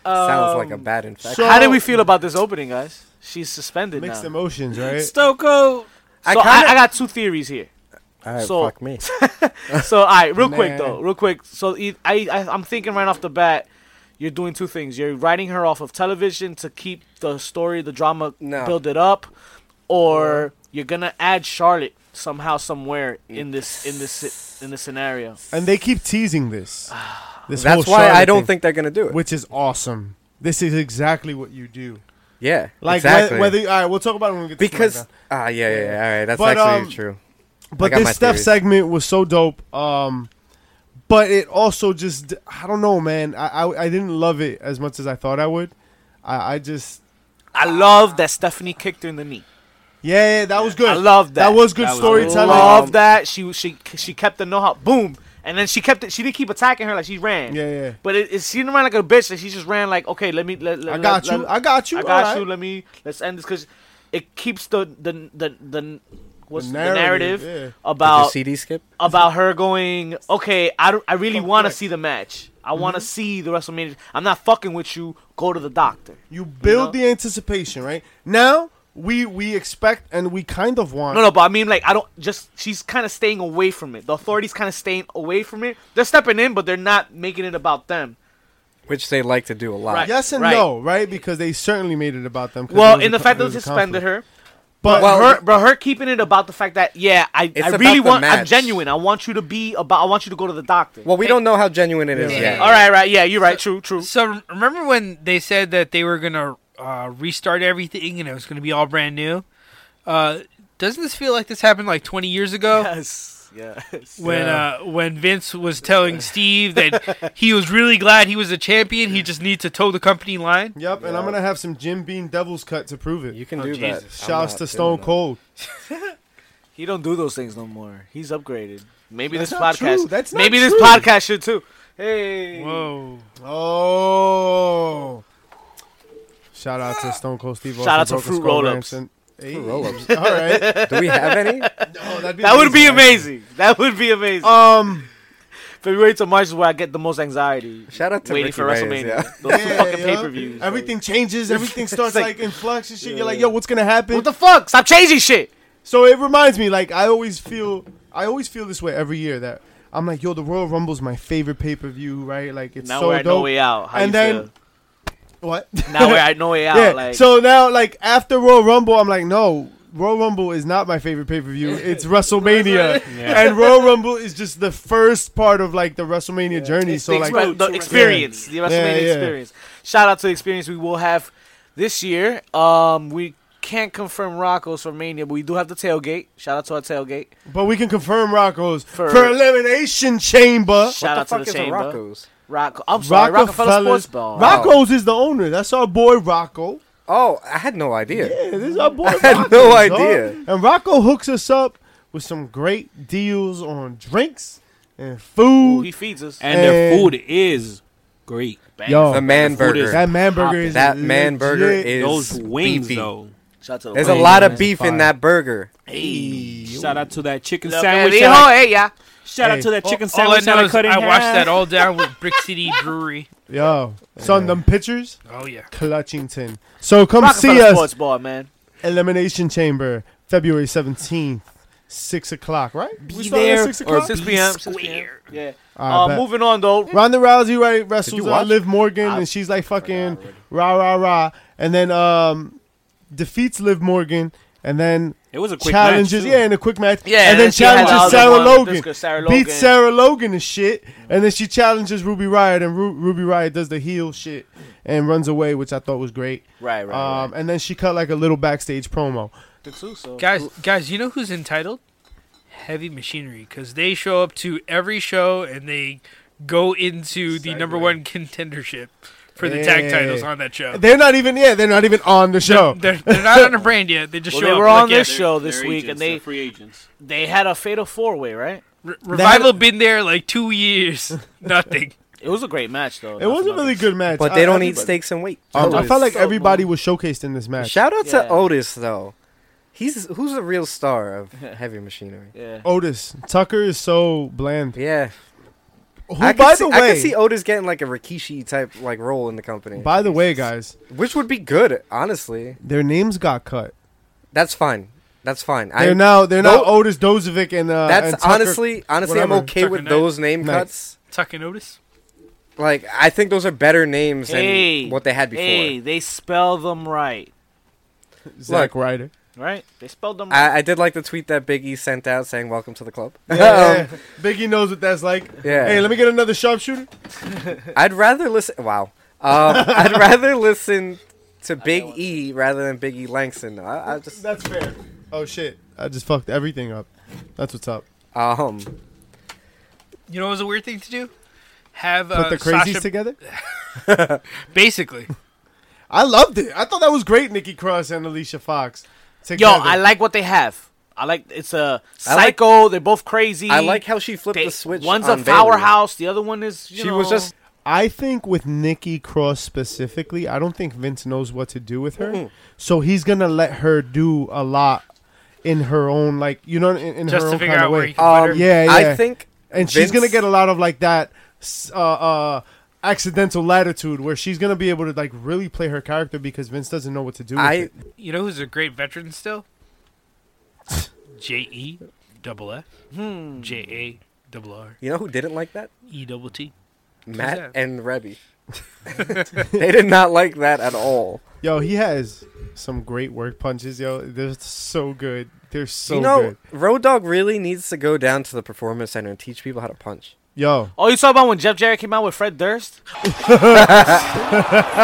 Speaker 3: like a
Speaker 1: Um,
Speaker 3: bad infection.
Speaker 1: How did we feel about this opening, guys? She's suspended
Speaker 2: Mixed
Speaker 1: now.
Speaker 2: emotions, right?
Speaker 4: Stoko.
Speaker 1: So I,
Speaker 3: kinda-
Speaker 1: I got two theories here.
Speaker 3: All right,
Speaker 1: so-
Speaker 3: fuck me.
Speaker 1: So, all right, real quick
Speaker 2: Man.
Speaker 1: though, real quick. So, e- I, I I'm thinking right off the bat, you're doing two things. You're writing her off of television to keep the story, the drama,
Speaker 3: No.
Speaker 1: build it up, or you're gonna add Charlotte somehow, somewhere in this in this si- in this scenario.
Speaker 2: And they keep teasing this. this whole
Speaker 3: That's why I
Speaker 2: Charlotte
Speaker 3: don't
Speaker 2: thing,
Speaker 3: think they're gonna do it.
Speaker 2: which is awesome. This is exactly what you do.
Speaker 3: yeah,
Speaker 2: Like
Speaker 3: exactly.
Speaker 2: whether, whether all right, we'll talk about it when we get to
Speaker 3: because
Speaker 2: SmackDown.
Speaker 3: ah yeah, yeah, yeah, all right, that's
Speaker 2: But,
Speaker 3: actually
Speaker 2: um,
Speaker 3: true.
Speaker 2: But
Speaker 3: got my
Speaker 2: this Steph
Speaker 3: theories.
Speaker 2: segment was so dope. Um, but it also just I don't know, man. I, I I didn't love it as much as I thought I would. I I just
Speaker 1: I love that Stephanie kicked her in the knee.
Speaker 2: yeah, yeah that was good.
Speaker 1: I love that.
Speaker 2: That was good
Speaker 4: That was
Speaker 2: storytelling.
Speaker 1: Love that she she she kept the know how. Boom, and then she kept it. She didn't keep attacking her like she ran.
Speaker 2: Yeah, yeah.
Speaker 1: But it, it she didn't run like a bitch. Like she just ran like okay, let me let, let
Speaker 2: I got
Speaker 1: let-
Speaker 2: you. I got you.
Speaker 1: I got
Speaker 2: alright.
Speaker 1: you. Let me let's end this because it keeps the the the the what's
Speaker 2: The
Speaker 1: the narrative,
Speaker 3: Did you
Speaker 1: about
Speaker 3: see these skip?
Speaker 1: about her going. Okay, I don't. I really
Speaker 2: Fuck
Speaker 1: want to
Speaker 2: that. Mm-hmm.
Speaker 1: see the match. I want to see the
Speaker 2: Uh-huh.
Speaker 1: WrestleMania. I'm not fucking with you. Go to the doctor.
Speaker 2: You build
Speaker 1: know?
Speaker 2: the anticipation, right? Now we we expect and we kind of want.
Speaker 1: No, no, but I mean, like, I don't just. She's kind of staying away from it. The authorities kind of staying away from it. They're stepping in, but they're not making it about them.
Speaker 3: which they like to do a lot.
Speaker 1: Right.
Speaker 2: Yes and
Speaker 1: Right.
Speaker 2: no, right? Because they certainly made it about them. 'cause there
Speaker 1: Well,
Speaker 2: was
Speaker 1: in the
Speaker 2: a co-
Speaker 1: fact
Speaker 2: there
Speaker 1: that they
Speaker 2: was a
Speaker 1: suspended
Speaker 2: conflict.
Speaker 1: her,
Speaker 2: but
Speaker 1: but
Speaker 3: Well-
Speaker 1: her, but her keeping it about the fact that yeah, I,
Speaker 3: It's
Speaker 1: I
Speaker 3: about
Speaker 1: really
Speaker 3: the
Speaker 1: want. I'm
Speaker 3: match.
Speaker 1: genuine. I want you to be about. I want you to go to the doctor.
Speaker 3: Well, we don't know how genuine it is
Speaker 2: Yeah.
Speaker 3: yet.
Speaker 1: All right, right. Yeah, you're right. True, true.
Speaker 5: So rem- remember when they said that they were gonna uh, restart everything and it was gonna be all brand new? Uh, doesn't this feel like this happened like 20 years ago?
Speaker 1: Yes, yes.
Speaker 5: When
Speaker 2: Yeah.
Speaker 5: uh, when Vince was telling Steve that he was really glad he was a champion, he just needs to toe the company line.
Speaker 2: Yep, and I'm gonna have some Jim Beam Devil's cut to prove
Speaker 3: You
Speaker 2: it.
Speaker 3: can
Speaker 5: Oh,
Speaker 3: do that.
Speaker 5: Jesus.
Speaker 3: I'm
Speaker 2: Shouts
Speaker 3: not
Speaker 2: to
Speaker 3: doing
Speaker 2: Stone
Speaker 3: that.
Speaker 2: Cold.
Speaker 1: He don't do those things no more. He's upgraded. Maybe
Speaker 2: That's
Speaker 1: this
Speaker 2: not
Speaker 1: podcast.
Speaker 2: true. That's not
Speaker 1: maybe this
Speaker 2: true.
Speaker 1: podcast should too. Hey.
Speaker 5: Whoa!
Speaker 2: Oh. Shout out to Stone Cold Steve.
Speaker 1: Shout out to Fruit Roll-Ups.
Speaker 2: Fruit
Speaker 3: roll-ups.
Speaker 2: All right.
Speaker 3: Do we have any?
Speaker 2: No, that'd be
Speaker 1: That would be
Speaker 2: actually.
Speaker 1: amazing. That would be amazing.
Speaker 2: Um.
Speaker 1: February to March is where I get the most anxiety.
Speaker 3: Shout out to
Speaker 1: waiting
Speaker 3: Ricky
Speaker 1: for
Speaker 3: Reyes,
Speaker 1: WrestleMania.
Speaker 3: yeah.
Speaker 1: Those two
Speaker 2: yeah,
Speaker 1: fucking
Speaker 2: yeah.
Speaker 1: pay per views.
Speaker 2: Everything changes. Everything starts
Speaker 1: like-
Speaker 2: like, in flux and shit.
Speaker 1: Yeah.
Speaker 2: You're like, yo, what's gonna happen?
Speaker 1: What the fuck? Stop changing shit.
Speaker 2: so it reminds me, like, I always feel, I always feel this way every year that I'm like, yo, the Royal Rumble's my favorite pay per view, right? Like, it's
Speaker 1: now
Speaker 2: so
Speaker 1: we're at
Speaker 2: dope.
Speaker 1: No Way Out. How
Speaker 2: And
Speaker 1: you
Speaker 2: then- what?
Speaker 1: feel? now we're at No Way Out.
Speaker 2: yeah.
Speaker 1: Like,
Speaker 2: so now, like after Royal Rumble, I'm like, no, Royal Rumble is not my favorite pay per view. It's WrestleMania,
Speaker 4: Yeah.
Speaker 2: and Royal Rumble is just the first part of like the WrestleMania journey.
Speaker 1: it's
Speaker 2: so
Speaker 1: the,
Speaker 2: like,
Speaker 1: expe- the experience, the WrestleMania
Speaker 2: Yeah, yeah.
Speaker 1: experience. Shout out to the experience we will have this year. Um, we can't confirm Rocco's for Mania, but we do have the tailgate. Shout out to our tailgate.
Speaker 2: but we can confirm Rocco's for,
Speaker 1: For-
Speaker 2: Elimination Chamber.
Speaker 1: Shout
Speaker 3: What the
Speaker 1: out to
Speaker 3: fuck
Speaker 1: the
Speaker 3: is a
Speaker 1: chamber.
Speaker 3: Rocco's?
Speaker 1: Rocco, I'm sorry, Rockefeller
Speaker 2: Rockefeller's-
Speaker 1: Sports Bar.
Speaker 2: Rocco's is the owner. That's our boy Rocco.
Speaker 3: Oh, I had no idea.
Speaker 2: Yeah, this is our boy. I
Speaker 3: had no idea.
Speaker 2: And Rocco hooks us up with some great deals on drinks and food.
Speaker 1: Ooh, he feeds us.
Speaker 4: And their
Speaker 2: And-
Speaker 4: food is great.
Speaker 1: Bang.
Speaker 2: Yo.
Speaker 3: The man
Speaker 4: The food
Speaker 3: burger.
Speaker 4: is
Speaker 2: that man burger is
Speaker 3: That man burger
Speaker 2: legit.
Speaker 3: is
Speaker 4: Those wings,
Speaker 3: beefy.
Speaker 4: though.
Speaker 1: Shout out to the
Speaker 3: There's a
Speaker 1: wings.
Speaker 3: lot of
Speaker 2: Wings.
Speaker 3: beef
Speaker 2: Fire.
Speaker 3: in that burger.
Speaker 4: Shout out to that chicken
Speaker 1: Look at
Speaker 4: sandwich.
Speaker 1: it,
Speaker 4: that I-
Speaker 1: ho, hey, yeah.
Speaker 4: Shout
Speaker 2: Hey.
Speaker 4: out to that chicken
Speaker 5: All I
Speaker 4: sandwich that
Speaker 5: know
Speaker 4: I
Speaker 5: is
Speaker 4: cut in
Speaker 5: I washed
Speaker 4: half.
Speaker 5: that all down with Brick City Brewery.
Speaker 2: Yo, son, them pictures,
Speaker 5: Oh yeah.
Speaker 2: Clutchington. So come see
Speaker 1: Rockefeller
Speaker 2: us,
Speaker 1: Sports Bar, man.
Speaker 2: Elimination Chamber, February seventeenth, six o'clock. Right?
Speaker 1: Be
Speaker 2: start at
Speaker 1: there
Speaker 2: six
Speaker 1: or
Speaker 2: o'clock.
Speaker 1: 6 p.m. 6 p.m. Yeah.
Speaker 2: All
Speaker 1: Uh,
Speaker 2: right, bet.
Speaker 1: moving on though.
Speaker 2: Mm. Ronda Rousey right wrestles
Speaker 3: you
Speaker 2: uh,
Speaker 3: watch?
Speaker 2: Liv Morgan,
Speaker 3: I
Speaker 2: and she's like fucking rah rah rah, and then um defeats Liv Morgan, and then
Speaker 4: It was a quick
Speaker 2: challenges
Speaker 4: match. too.
Speaker 2: yeah in a quick match,
Speaker 1: Yeah,
Speaker 2: and then
Speaker 1: she had the
Speaker 2: challenges
Speaker 1: other
Speaker 2: Sarah
Speaker 1: one,
Speaker 2: Logan,
Speaker 1: Disco, Sarah Logan. Mm.
Speaker 2: beats Sarah Logan and shit, and then she challenges Ruby Riot, and Ru- Ruby Riot does the heel shit and runs away, which I thought was great.
Speaker 1: Right, right.
Speaker 2: Um, and then she cut like a little backstage promo.
Speaker 1: right. Two, so.
Speaker 5: Guys, guys, you know who's entitled? Heavy Machinery, because they show up to every show and they go into the number one contendership for the tag titles
Speaker 2: Hey.
Speaker 5: on that show.
Speaker 2: They're not even yeah, they're not even on the show.
Speaker 5: They're, they're not on a brand yet. They just
Speaker 1: Well,
Speaker 5: show
Speaker 1: they
Speaker 5: up.
Speaker 1: were
Speaker 5: like,
Speaker 1: on
Speaker 5: yeah,
Speaker 1: this show this
Speaker 4: They're
Speaker 1: week, and
Speaker 4: agents,
Speaker 1: they
Speaker 4: they're free agents.
Speaker 1: they had a fatal four way, right?
Speaker 5: Re- Revival been there like two years. Nothing.
Speaker 1: It was a great match though.
Speaker 2: it was a really good match,
Speaker 3: But
Speaker 2: I-
Speaker 3: they
Speaker 2: I
Speaker 3: don't
Speaker 2: think-
Speaker 3: eat steaks and weight.
Speaker 2: Um, I
Speaker 3: Otis.
Speaker 2: felt like
Speaker 1: So
Speaker 2: everybody was showcased in this match.
Speaker 3: Shout out
Speaker 1: Yeah.
Speaker 3: to Otis though. He's who's the real star of Heavy Machinery.
Speaker 1: Yeah.
Speaker 2: Otis Tucker is so bland.
Speaker 3: Yeah,
Speaker 2: Who,
Speaker 3: I could
Speaker 2: by
Speaker 3: see,
Speaker 2: the
Speaker 3: I
Speaker 2: way,
Speaker 3: could see Otis getting like a Rikishi type like role in the company,
Speaker 2: by the way, guys,
Speaker 3: which would be good, honestly.
Speaker 2: their names got cut.
Speaker 3: That's fine. That's fine. I
Speaker 2: They're now they're now
Speaker 3: Nope.
Speaker 2: Otis Dozovic and uh,
Speaker 3: that's
Speaker 2: and Tucker.
Speaker 3: honestly honestly
Speaker 2: whatever.
Speaker 3: I'm okay
Speaker 5: Tucker
Speaker 3: with
Speaker 5: Knight.
Speaker 3: those name
Speaker 2: Knight.
Speaker 3: cuts.
Speaker 5: Tuck and Otis.
Speaker 3: Like I think those are better names
Speaker 1: Hey,
Speaker 3: than what they had before.
Speaker 1: Hey, they spell them right,
Speaker 2: Zack
Speaker 3: Look.
Speaker 2: Ryder.
Speaker 1: right? They spelled them. right.
Speaker 3: I, I did like the tweet that Big E sent out saying "Welcome to the club."
Speaker 2: Yeah, Biggie knows what that's like.
Speaker 3: Um, Yeah.
Speaker 2: Hey, let me get another sharpshooter.
Speaker 3: Um, I'd rather listen. Wow, um, I'd rather listen to Big E rather than Big E Langston. I, I just
Speaker 2: That's fair. Oh shit! I just fucked everything up. That's what's up.
Speaker 3: um.
Speaker 5: You know what was a weird thing to do? Have
Speaker 2: Put
Speaker 5: uh,
Speaker 2: the crazies
Speaker 5: Sasha,
Speaker 2: together.
Speaker 5: basically.
Speaker 2: I loved it. I thought that was great. Nikki Cross and Alicia Fox.
Speaker 1: Yo,
Speaker 2: Together.
Speaker 1: I like what they have. I like it's a
Speaker 3: I like-
Speaker 1: psycho. they're both crazy.
Speaker 3: I like how she flipped
Speaker 1: They-
Speaker 3: the switch.
Speaker 1: One's
Speaker 3: on
Speaker 1: a
Speaker 3: Bayley.
Speaker 1: powerhouse. The other one is. You
Speaker 3: She
Speaker 1: know,
Speaker 3: was just
Speaker 2: I think with Nikki Cross specifically, I don't think Vince knows what to do with her.
Speaker 3: Mm-mm.
Speaker 2: So he's gonna let her do a lot in her own, like you know, in, in
Speaker 5: Just
Speaker 2: her
Speaker 5: to
Speaker 2: own
Speaker 5: figure
Speaker 2: kind
Speaker 5: out
Speaker 2: of
Speaker 5: where
Speaker 2: way.
Speaker 5: he can-
Speaker 3: um,
Speaker 2: Yeah,
Speaker 3: I
Speaker 2: yeah.
Speaker 3: think
Speaker 2: and she's
Speaker 3: Vince-
Speaker 2: gonna get a lot of like that s- uh, uh, accidental latitude where she's gonna be able to like really play her character because Vince doesn't know what to do. With
Speaker 3: I
Speaker 2: it.
Speaker 5: You know who's a great veteran still? J E double F
Speaker 1: Hmm.
Speaker 5: J A double R
Speaker 3: you know who didn't like that?
Speaker 5: E double T.
Speaker 3: Matt
Speaker 5: that?
Speaker 3: and Rebby. they did not like that at all.
Speaker 2: yo, he has some great work punches. Yo, they're so good. They're so
Speaker 3: you know,
Speaker 2: good.
Speaker 3: Road Dog really needs to go down to the performance center and teach people how to punch.
Speaker 2: Yo,
Speaker 1: Oh, you talking about when Jeff Jarrett came out with Fred Durst?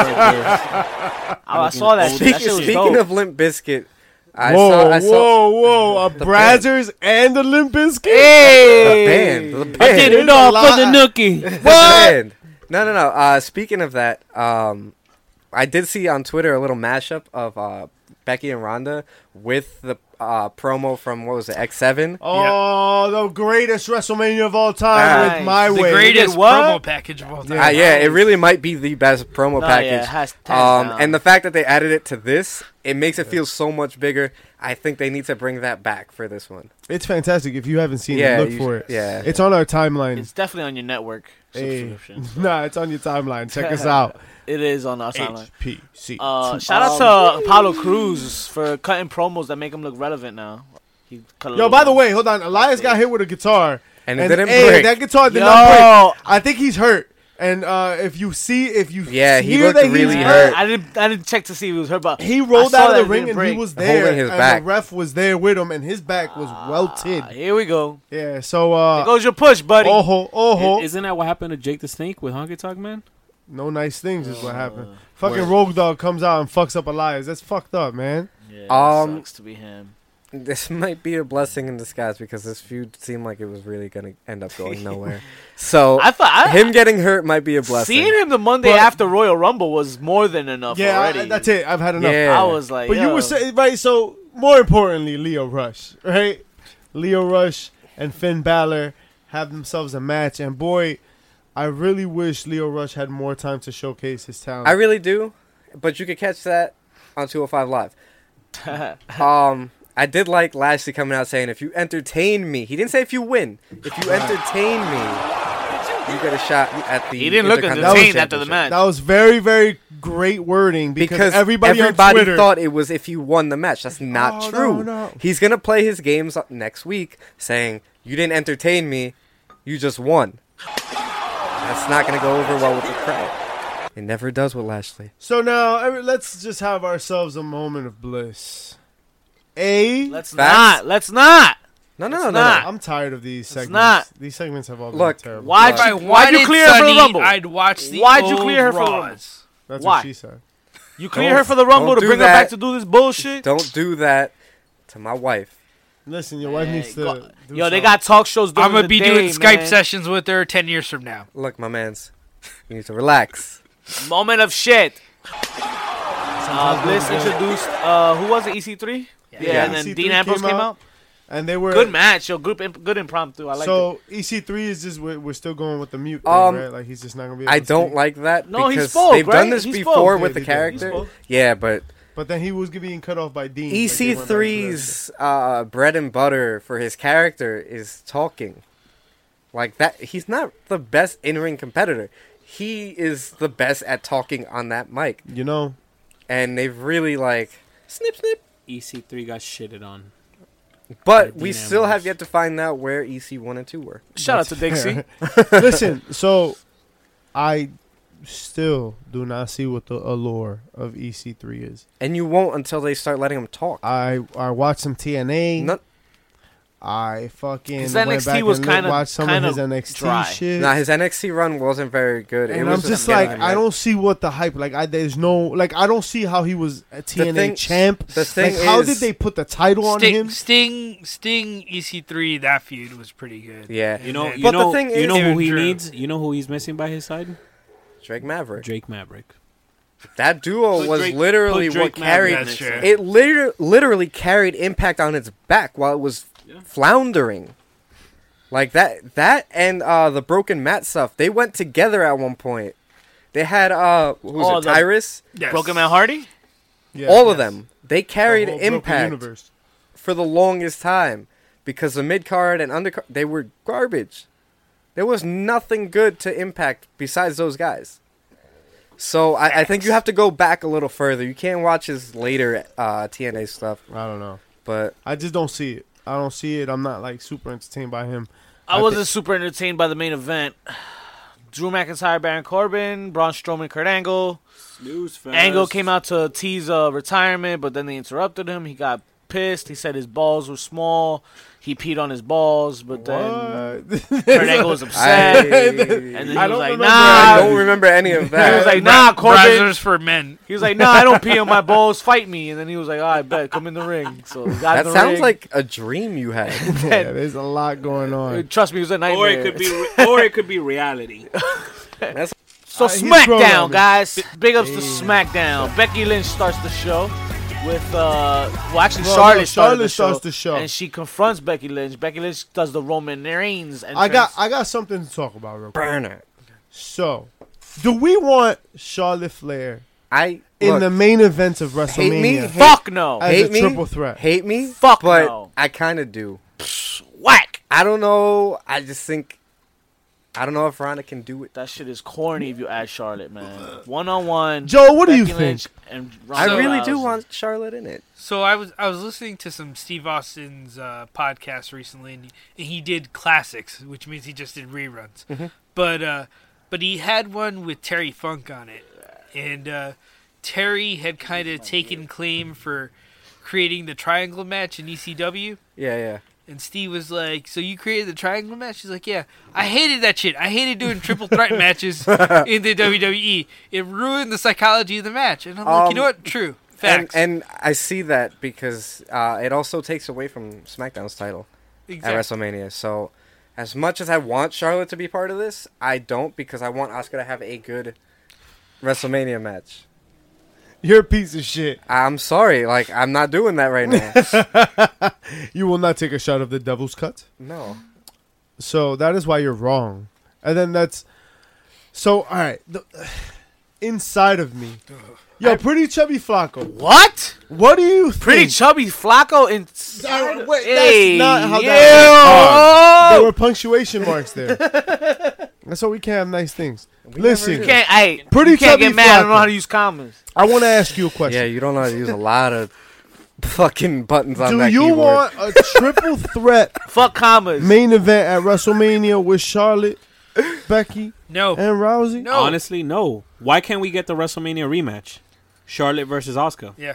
Speaker 1: Oh, I saw that shit.
Speaker 3: Speaking,
Speaker 1: That shit was
Speaker 3: speaking
Speaker 1: dope.
Speaker 3: of Limp Biscuit, I
Speaker 2: whoa,
Speaker 3: saw I saw
Speaker 2: whoa, whoa! A
Speaker 3: The
Speaker 2: Brazzers and the Limp Bizkit.
Speaker 3: the
Speaker 1: hey,
Speaker 3: band. The band.
Speaker 1: I did
Speaker 2: There's
Speaker 1: it
Speaker 2: a
Speaker 1: all
Speaker 2: lot-
Speaker 1: for the nookie.
Speaker 3: the band. No, no, no. Uh, speaking of that, um, I did see on Twitter a little mashup of uh, Becky and Ronda with the uh, promo from what was it X7.
Speaker 2: Oh, the greatest WrestleMania of all time
Speaker 3: Ah.
Speaker 1: Nice.
Speaker 2: with my
Speaker 1: The
Speaker 5: The
Speaker 2: way.
Speaker 5: greatest
Speaker 1: what?
Speaker 5: promo package of all time.
Speaker 3: Uh, yeah, it really might be the best promo
Speaker 1: Nah,
Speaker 3: package.
Speaker 1: Oh, yeah, it has ten
Speaker 3: Um,
Speaker 1: now.
Speaker 3: and the fact that they added it to this, it makes it feel so much bigger. I think they need to bring that back for this one.
Speaker 2: It's fantastic. If you haven't seen
Speaker 3: Yeah,
Speaker 2: it, look
Speaker 3: you
Speaker 2: for
Speaker 3: should-
Speaker 2: it.
Speaker 3: yeah.
Speaker 2: it's on our timeline.
Speaker 1: It's definitely on your network
Speaker 2: hey,
Speaker 1: subscription.
Speaker 2: nah, it's on your timeline. Check us out.
Speaker 1: It is on our timeline.
Speaker 2: HPC.
Speaker 3: Um,
Speaker 1: Uh, shout out to Paulo Cruz for cutting promos that make him look relevant now. He cut a
Speaker 2: Yo,
Speaker 1: little-
Speaker 2: by the way, hold on. Elias got hit with a guitar,
Speaker 3: And it
Speaker 2: and
Speaker 3: didn't
Speaker 2: hey,
Speaker 3: break.
Speaker 2: that guitar did
Speaker 1: Yo,
Speaker 2: not break. I think he's hurt. And uh, if you see, if you
Speaker 3: Yeah, he
Speaker 2: hear
Speaker 3: looked
Speaker 2: that he's
Speaker 3: really
Speaker 1: I,
Speaker 3: hurt.
Speaker 1: I didn't. I didn't check to see if he was hurt, but
Speaker 2: he rolled
Speaker 1: I saw
Speaker 2: out of
Speaker 1: that
Speaker 2: the
Speaker 1: it
Speaker 2: ring
Speaker 1: didn't
Speaker 2: and he
Speaker 1: break.
Speaker 2: was
Speaker 3: Holding
Speaker 2: there,
Speaker 3: his
Speaker 2: and
Speaker 3: back.
Speaker 2: the ref was there with him, and his back was
Speaker 1: Ah,
Speaker 2: welted. Oh,
Speaker 1: here we go.
Speaker 2: Yeah, so uh,
Speaker 1: There goes your push, buddy.
Speaker 2: oho, oho,
Speaker 4: I- Isn't that what happened to Jake the Snake with Honky Tonk Man?
Speaker 2: no nice things is what happened.
Speaker 1: Uh,
Speaker 2: Fucking Rogue Dog comes out and fucks up Elias. That's fucked up, man.
Speaker 1: yeah,
Speaker 3: Um,
Speaker 1: sucks to be him.
Speaker 3: This might be a blessing in disguise because this feud seemed like it was really going to end up going nowhere. so
Speaker 1: I thought I,
Speaker 3: him getting hurt might be a blessing.
Speaker 1: seeing him the Monday
Speaker 2: But-
Speaker 1: after Royal Rumble was more than enough
Speaker 2: yeah, I-
Speaker 1: already.
Speaker 2: that's it. I've had enough.
Speaker 3: Yeah.
Speaker 1: I was like,
Speaker 2: But you
Speaker 1: yo.
Speaker 2: were saying right. So more importantly, Leo Rush, right? Leo Rush and Finn Balor have themselves a match, and boy, I really wish Leo Rush had more time to showcase his talent.
Speaker 3: I really do, but you could catch that on 205 Live. Um, I did like Lashley coming out saying, "If you entertain me," he didn't say if you win. If you entertain me, you get a shot at the.
Speaker 1: He didn't look
Speaker 3: Intercontinental
Speaker 1: entertained after the
Speaker 3: Championship."
Speaker 1: match.
Speaker 2: that was very, very great wording because,
Speaker 3: Because
Speaker 2: everybody,
Speaker 3: everybody,
Speaker 2: on Twitter,
Speaker 3: thought it was if you won the match. That's not
Speaker 2: Oh,
Speaker 3: true.
Speaker 2: no, no.
Speaker 3: He's gonna play his games up next week, saying you didn't entertain me, you just won. That's not gonna go over well with the crowd. It never does with Lashley.
Speaker 2: So now every- let's just have ourselves a moment of bliss. A,
Speaker 1: let's
Speaker 3: Facts?
Speaker 1: not. Let's not.
Speaker 3: No, no,
Speaker 1: It's
Speaker 3: no, no,
Speaker 1: not.
Speaker 3: no.
Speaker 2: I'm tired of these segments.
Speaker 1: not.
Speaker 2: These segments have all been
Speaker 3: Look,
Speaker 2: terrible.
Speaker 1: Why'd
Speaker 3: If
Speaker 5: If I
Speaker 1: you, why'd you
Speaker 5: wanted
Speaker 1: clear her for
Speaker 5: Sunny,
Speaker 1: the Rumble?
Speaker 5: I'd watch the
Speaker 1: Why'd you
Speaker 5: old
Speaker 1: clear her for the Rumble?
Speaker 5: Raws.
Speaker 2: That's
Speaker 1: why?
Speaker 2: what she said.
Speaker 1: you clear
Speaker 3: Don't-
Speaker 1: her for the Rumble
Speaker 3: don't
Speaker 1: to
Speaker 3: do
Speaker 1: bring her back
Speaker 3: that.
Speaker 1: to do this bullshit?
Speaker 3: Don't do that to my wife.
Speaker 2: Listen, your wife
Speaker 1: Hey,
Speaker 2: needs to.
Speaker 1: go-
Speaker 2: do
Speaker 1: Yo, they
Speaker 2: something.
Speaker 1: got talk shows. During
Speaker 5: I'm gonna
Speaker 1: the
Speaker 5: be
Speaker 1: day,
Speaker 5: doing Skype
Speaker 1: man.
Speaker 5: sessions with her ten years from now.
Speaker 3: Look, my man's, you need to relax.
Speaker 1: Moment of shit. Uh, Bliss introduced. Uh, who was it? EC3. Yeah,
Speaker 3: Yeah.
Speaker 1: and then
Speaker 2: EC3
Speaker 1: Dean Ambrose
Speaker 2: E came
Speaker 1: came
Speaker 2: out.
Speaker 1: out.
Speaker 2: and they were
Speaker 1: Good match. Yo, group imp- good impromptu. I like it.
Speaker 2: so EC3 is just we're, we're still going with the mute, thing,
Speaker 3: Um,
Speaker 2: right? Like he's just not gonna be. Able
Speaker 3: I
Speaker 2: to
Speaker 3: don't
Speaker 2: speak.
Speaker 3: like that
Speaker 1: No, he
Speaker 3: because
Speaker 1: spoke,
Speaker 3: they've done
Speaker 1: right?
Speaker 3: this
Speaker 1: He spoke.
Speaker 3: before
Speaker 2: Yeah,
Speaker 3: with
Speaker 2: they
Speaker 3: the
Speaker 2: did.
Speaker 1: He
Speaker 3: character.
Speaker 1: spoke.
Speaker 3: Yeah, but
Speaker 2: But then he was being cut off by Dean. like, they went back to that.
Speaker 3: EC3's uh, bread and butter for his character is talking. Like that, he's not the best in-ring competitor. He is the best at talking on that mic,
Speaker 2: You know,
Speaker 3: and they've really like snip snip.
Speaker 4: EC3 E got shitted on.
Speaker 3: But
Speaker 4: Dean
Speaker 3: we still have
Speaker 4: Ambrose.
Speaker 3: yet to find out where EC one and two were.
Speaker 1: Shout out to Dixie.
Speaker 2: listen. So I still do not see what the allure of EC3 is.
Speaker 3: And you won't until they start letting him talk.
Speaker 2: I I watched some TNA.
Speaker 3: Not,
Speaker 2: I fucking
Speaker 1: His
Speaker 2: went
Speaker 1: NXT
Speaker 2: back
Speaker 1: was
Speaker 2: and looked-
Speaker 1: kinda-
Speaker 2: watched some
Speaker 1: kinda
Speaker 2: of his NXT
Speaker 1: dry.
Speaker 2: shit.
Speaker 3: nah, his NXT run wasn't very good. it
Speaker 2: and I'm
Speaker 3: was
Speaker 2: just
Speaker 3: getting
Speaker 2: like,
Speaker 3: hyped.
Speaker 2: I don't see what the hype. Like, I there's no like, I don't see how he was a TNA
Speaker 3: thing-
Speaker 2: champ.
Speaker 3: the thing
Speaker 2: like, how
Speaker 3: is-
Speaker 2: did they put the title on
Speaker 5: Sting,
Speaker 2: him?
Speaker 5: Sting, Sting, EC3. That feud was pretty good.
Speaker 3: Yeah,
Speaker 4: You know,
Speaker 5: But
Speaker 4: you
Speaker 3: the
Speaker 4: know,
Speaker 3: thing
Speaker 4: you
Speaker 3: is-
Speaker 4: know who he
Speaker 5: Drew.
Speaker 4: needs. You know who he's missing by his side.
Speaker 3: Drake Maverick.
Speaker 4: Drake Maverick.
Speaker 3: That duo
Speaker 4: Put
Speaker 3: was
Speaker 4: Drake-
Speaker 3: literally
Speaker 4: put Drake
Speaker 3: what carried
Speaker 5: Maverick in
Speaker 3: it. Liter- literally carried Impact on its back while it was
Speaker 4: Yeah.
Speaker 3: floundering. Like that, that and uh, the broken mat stuff. They went together at one point. They had uh, who was
Speaker 1: Oh,
Speaker 3: it?
Speaker 1: the-
Speaker 3: Tyrus.
Speaker 5: Yes.
Speaker 1: Broken Man Hardy.
Speaker 2: Yeah,
Speaker 3: All of
Speaker 2: yes.
Speaker 3: them. They
Speaker 2: The
Speaker 3: carried
Speaker 2: whole broken
Speaker 3: Impact
Speaker 2: universe.
Speaker 3: for the longest time because the mid card and undercard they were garbage. There was nothing good to Impact besides those guys. So I, I think you have to go back a little further. You can't watch his later uh, TNA stuff,
Speaker 2: I don't know.
Speaker 3: but
Speaker 2: I just don't see it. I don't see it. I'm not like super entertained by him. I
Speaker 1: I
Speaker 2: thi-
Speaker 1: wasn't super entertained by the main event. Drew McIntyre, Baron Corbin, Braun Strowman, Kurt Angle.
Speaker 4: Snooze fest.
Speaker 1: Angle came out to tease uh, retirement, but then they interrupted him. He got pissed. He said his balls were small. He peed on his balls, but then
Speaker 2: What?
Speaker 1: Kurt Angle was
Speaker 3: I,
Speaker 1: upset. and then he
Speaker 2: I
Speaker 1: was
Speaker 2: don't
Speaker 1: like,
Speaker 2: remember.
Speaker 1: "Nah."
Speaker 3: I
Speaker 2: I
Speaker 3: don't remember any of
Speaker 1: he was
Speaker 3: that.
Speaker 1: like, "Nah, Corbin."
Speaker 5: Brazzers for men.
Speaker 1: He was like, "Nah, I don't pee on my balls. Fight me." And then he was like, "All right, bet. Come in the ring." So he got in
Speaker 3: That
Speaker 1: the
Speaker 3: sounds
Speaker 1: ring.
Speaker 3: like a dream you had.
Speaker 2: yeah, there's a lot going on.
Speaker 1: Uh, Trust me, it was a nightmare.
Speaker 4: Or it could be, re- or it could be reality.
Speaker 1: So
Speaker 2: Uh, he's grown on
Speaker 1: SmackDown,
Speaker 2: me.
Speaker 1: guys. Big ups to SmackDown. Becky Lynch starts the show with, uh, well, actually,
Speaker 2: No,
Speaker 1: Charlotte,
Speaker 2: no,
Speaker 1: started
Speaker 2: Charlotte
Speaker 1: the
Speaker 2: starts
Speaker 1: show,
Speaker 2: the show.
Speaker 1: and she confronts Becky Lynch. Becky Lynch does the Roman Reigns, and
Speaker 2: I got I got something to talk about real quick.
Speaker 3: Burner.
Speaker 2: So, do we want Charlotte Flair
Speaker 3: I
Speaker 2: in
Speaker 3: look,
Speaker 2: the main event of WrestleMania?
Speaker 3: hate me, hate-
Speaker 1: fuck no,
Speaker 2: as
Speaker 3: hate
Speaker 2: a
Speaker 3: me?
Speaker 2: triple threat.
Speaker 3: hate me,
Speaker 1: Fuck
Speaker 3: but
Speaker 1: no.
Speaker 3: I kind of do.
Speaker 1: whack.
Speaker 3: I don't know. I just think I don't know if Ronda can do it.
Speaker 1: That shit is corny if you ask Charlotte, man. One on one.
Speaker 2: Joe, what do
Speaker 1: Becky
Speaker 2: you think?
Speaker 1: Lynch and
Speaker 3: I
Speaker 1: Ronda
Speaker 3: really do
Speaker 1: Rousey.
Speaker 3: want Charlotte in it.
Speaker 5: So I was I was listening to some Steve Austin's uh, podcast recently, and he, and he did classics, which means he just did reruns.
Speaker 3: Mm-hmm.
Speaker 5: But uh, but he had one with Terry Funk on it, and uh, Terry had kind of taken claim for creating the triangle match in ECW.
Speaker 3: Yeah, yeah.
Speaker 5: And Steve was like, "So you created the triangle match?" She's like, "Yeah, I hated that shit. I hated doing triple threat matches in the WWE. It ruined the psychology of the match." And I'm like, "You know
Speaker 3: Um,
Speaker 5: what? True facts.
Speaker 3: And, and I see that because uh, it also takes away from SmackDown's title
Speaker 5: exactly.
Speaker 3: at WrestleMania. So, as much as I want Charlotte to be part of this, I don't because I want Oscar to have a good WrestleMania match.
Speaker 2: You're a piece of shit.
Speaker 3: I'm sorry, like I'm not doing that right now.
Speaker 2: You will not take a shot of the devil's cut.
Speaker 3: no,
Speaker 2: So that is why you're wrong. And then that's so. All right, the, inside of me, yo, pretty chubby Flacco.
Speaker 1: What?
Speaker 2: What do you think?
Speaker 1: Pretty chubby Flacco and
Speaker 2: Uh, wait, that's
Speaker 1: Hey,
Speaker 2: not how that
Speaker 1: yo.
Speaker 2: There were punctuation marks there. That's why we can't have nice things. Listen,
Speaker 1: You can't, hey,
Speaker 2: Pretty
Speaker 1: you can't
Speaker 2: chubby
Speaker 1: get mad. I don't know
Speaker 2: Flacco.
Speaker 1: how to use commas.
Speaker 2: I want to ask you a question.
Speaker 3: yeah, you don't know how to use a lot of fucking buttons on
Speaker 2: Do
Speaker 3: that
Speaker 2: you
Speaker 3: keyboard.
Speaker 2: want a triple threat
Speaker 1: Fuck commas.
Speaker 2: main event at WrestleMania with Charlotte, Becky,
Speaker 5: no,
Speaker 2: and Rousey?
Speaker 5: No.
Speaker 4: Honestly, no. Why can't we get the WrestleMania rematch? Charlotte versus Oscar.
Speaker 5: Yeah.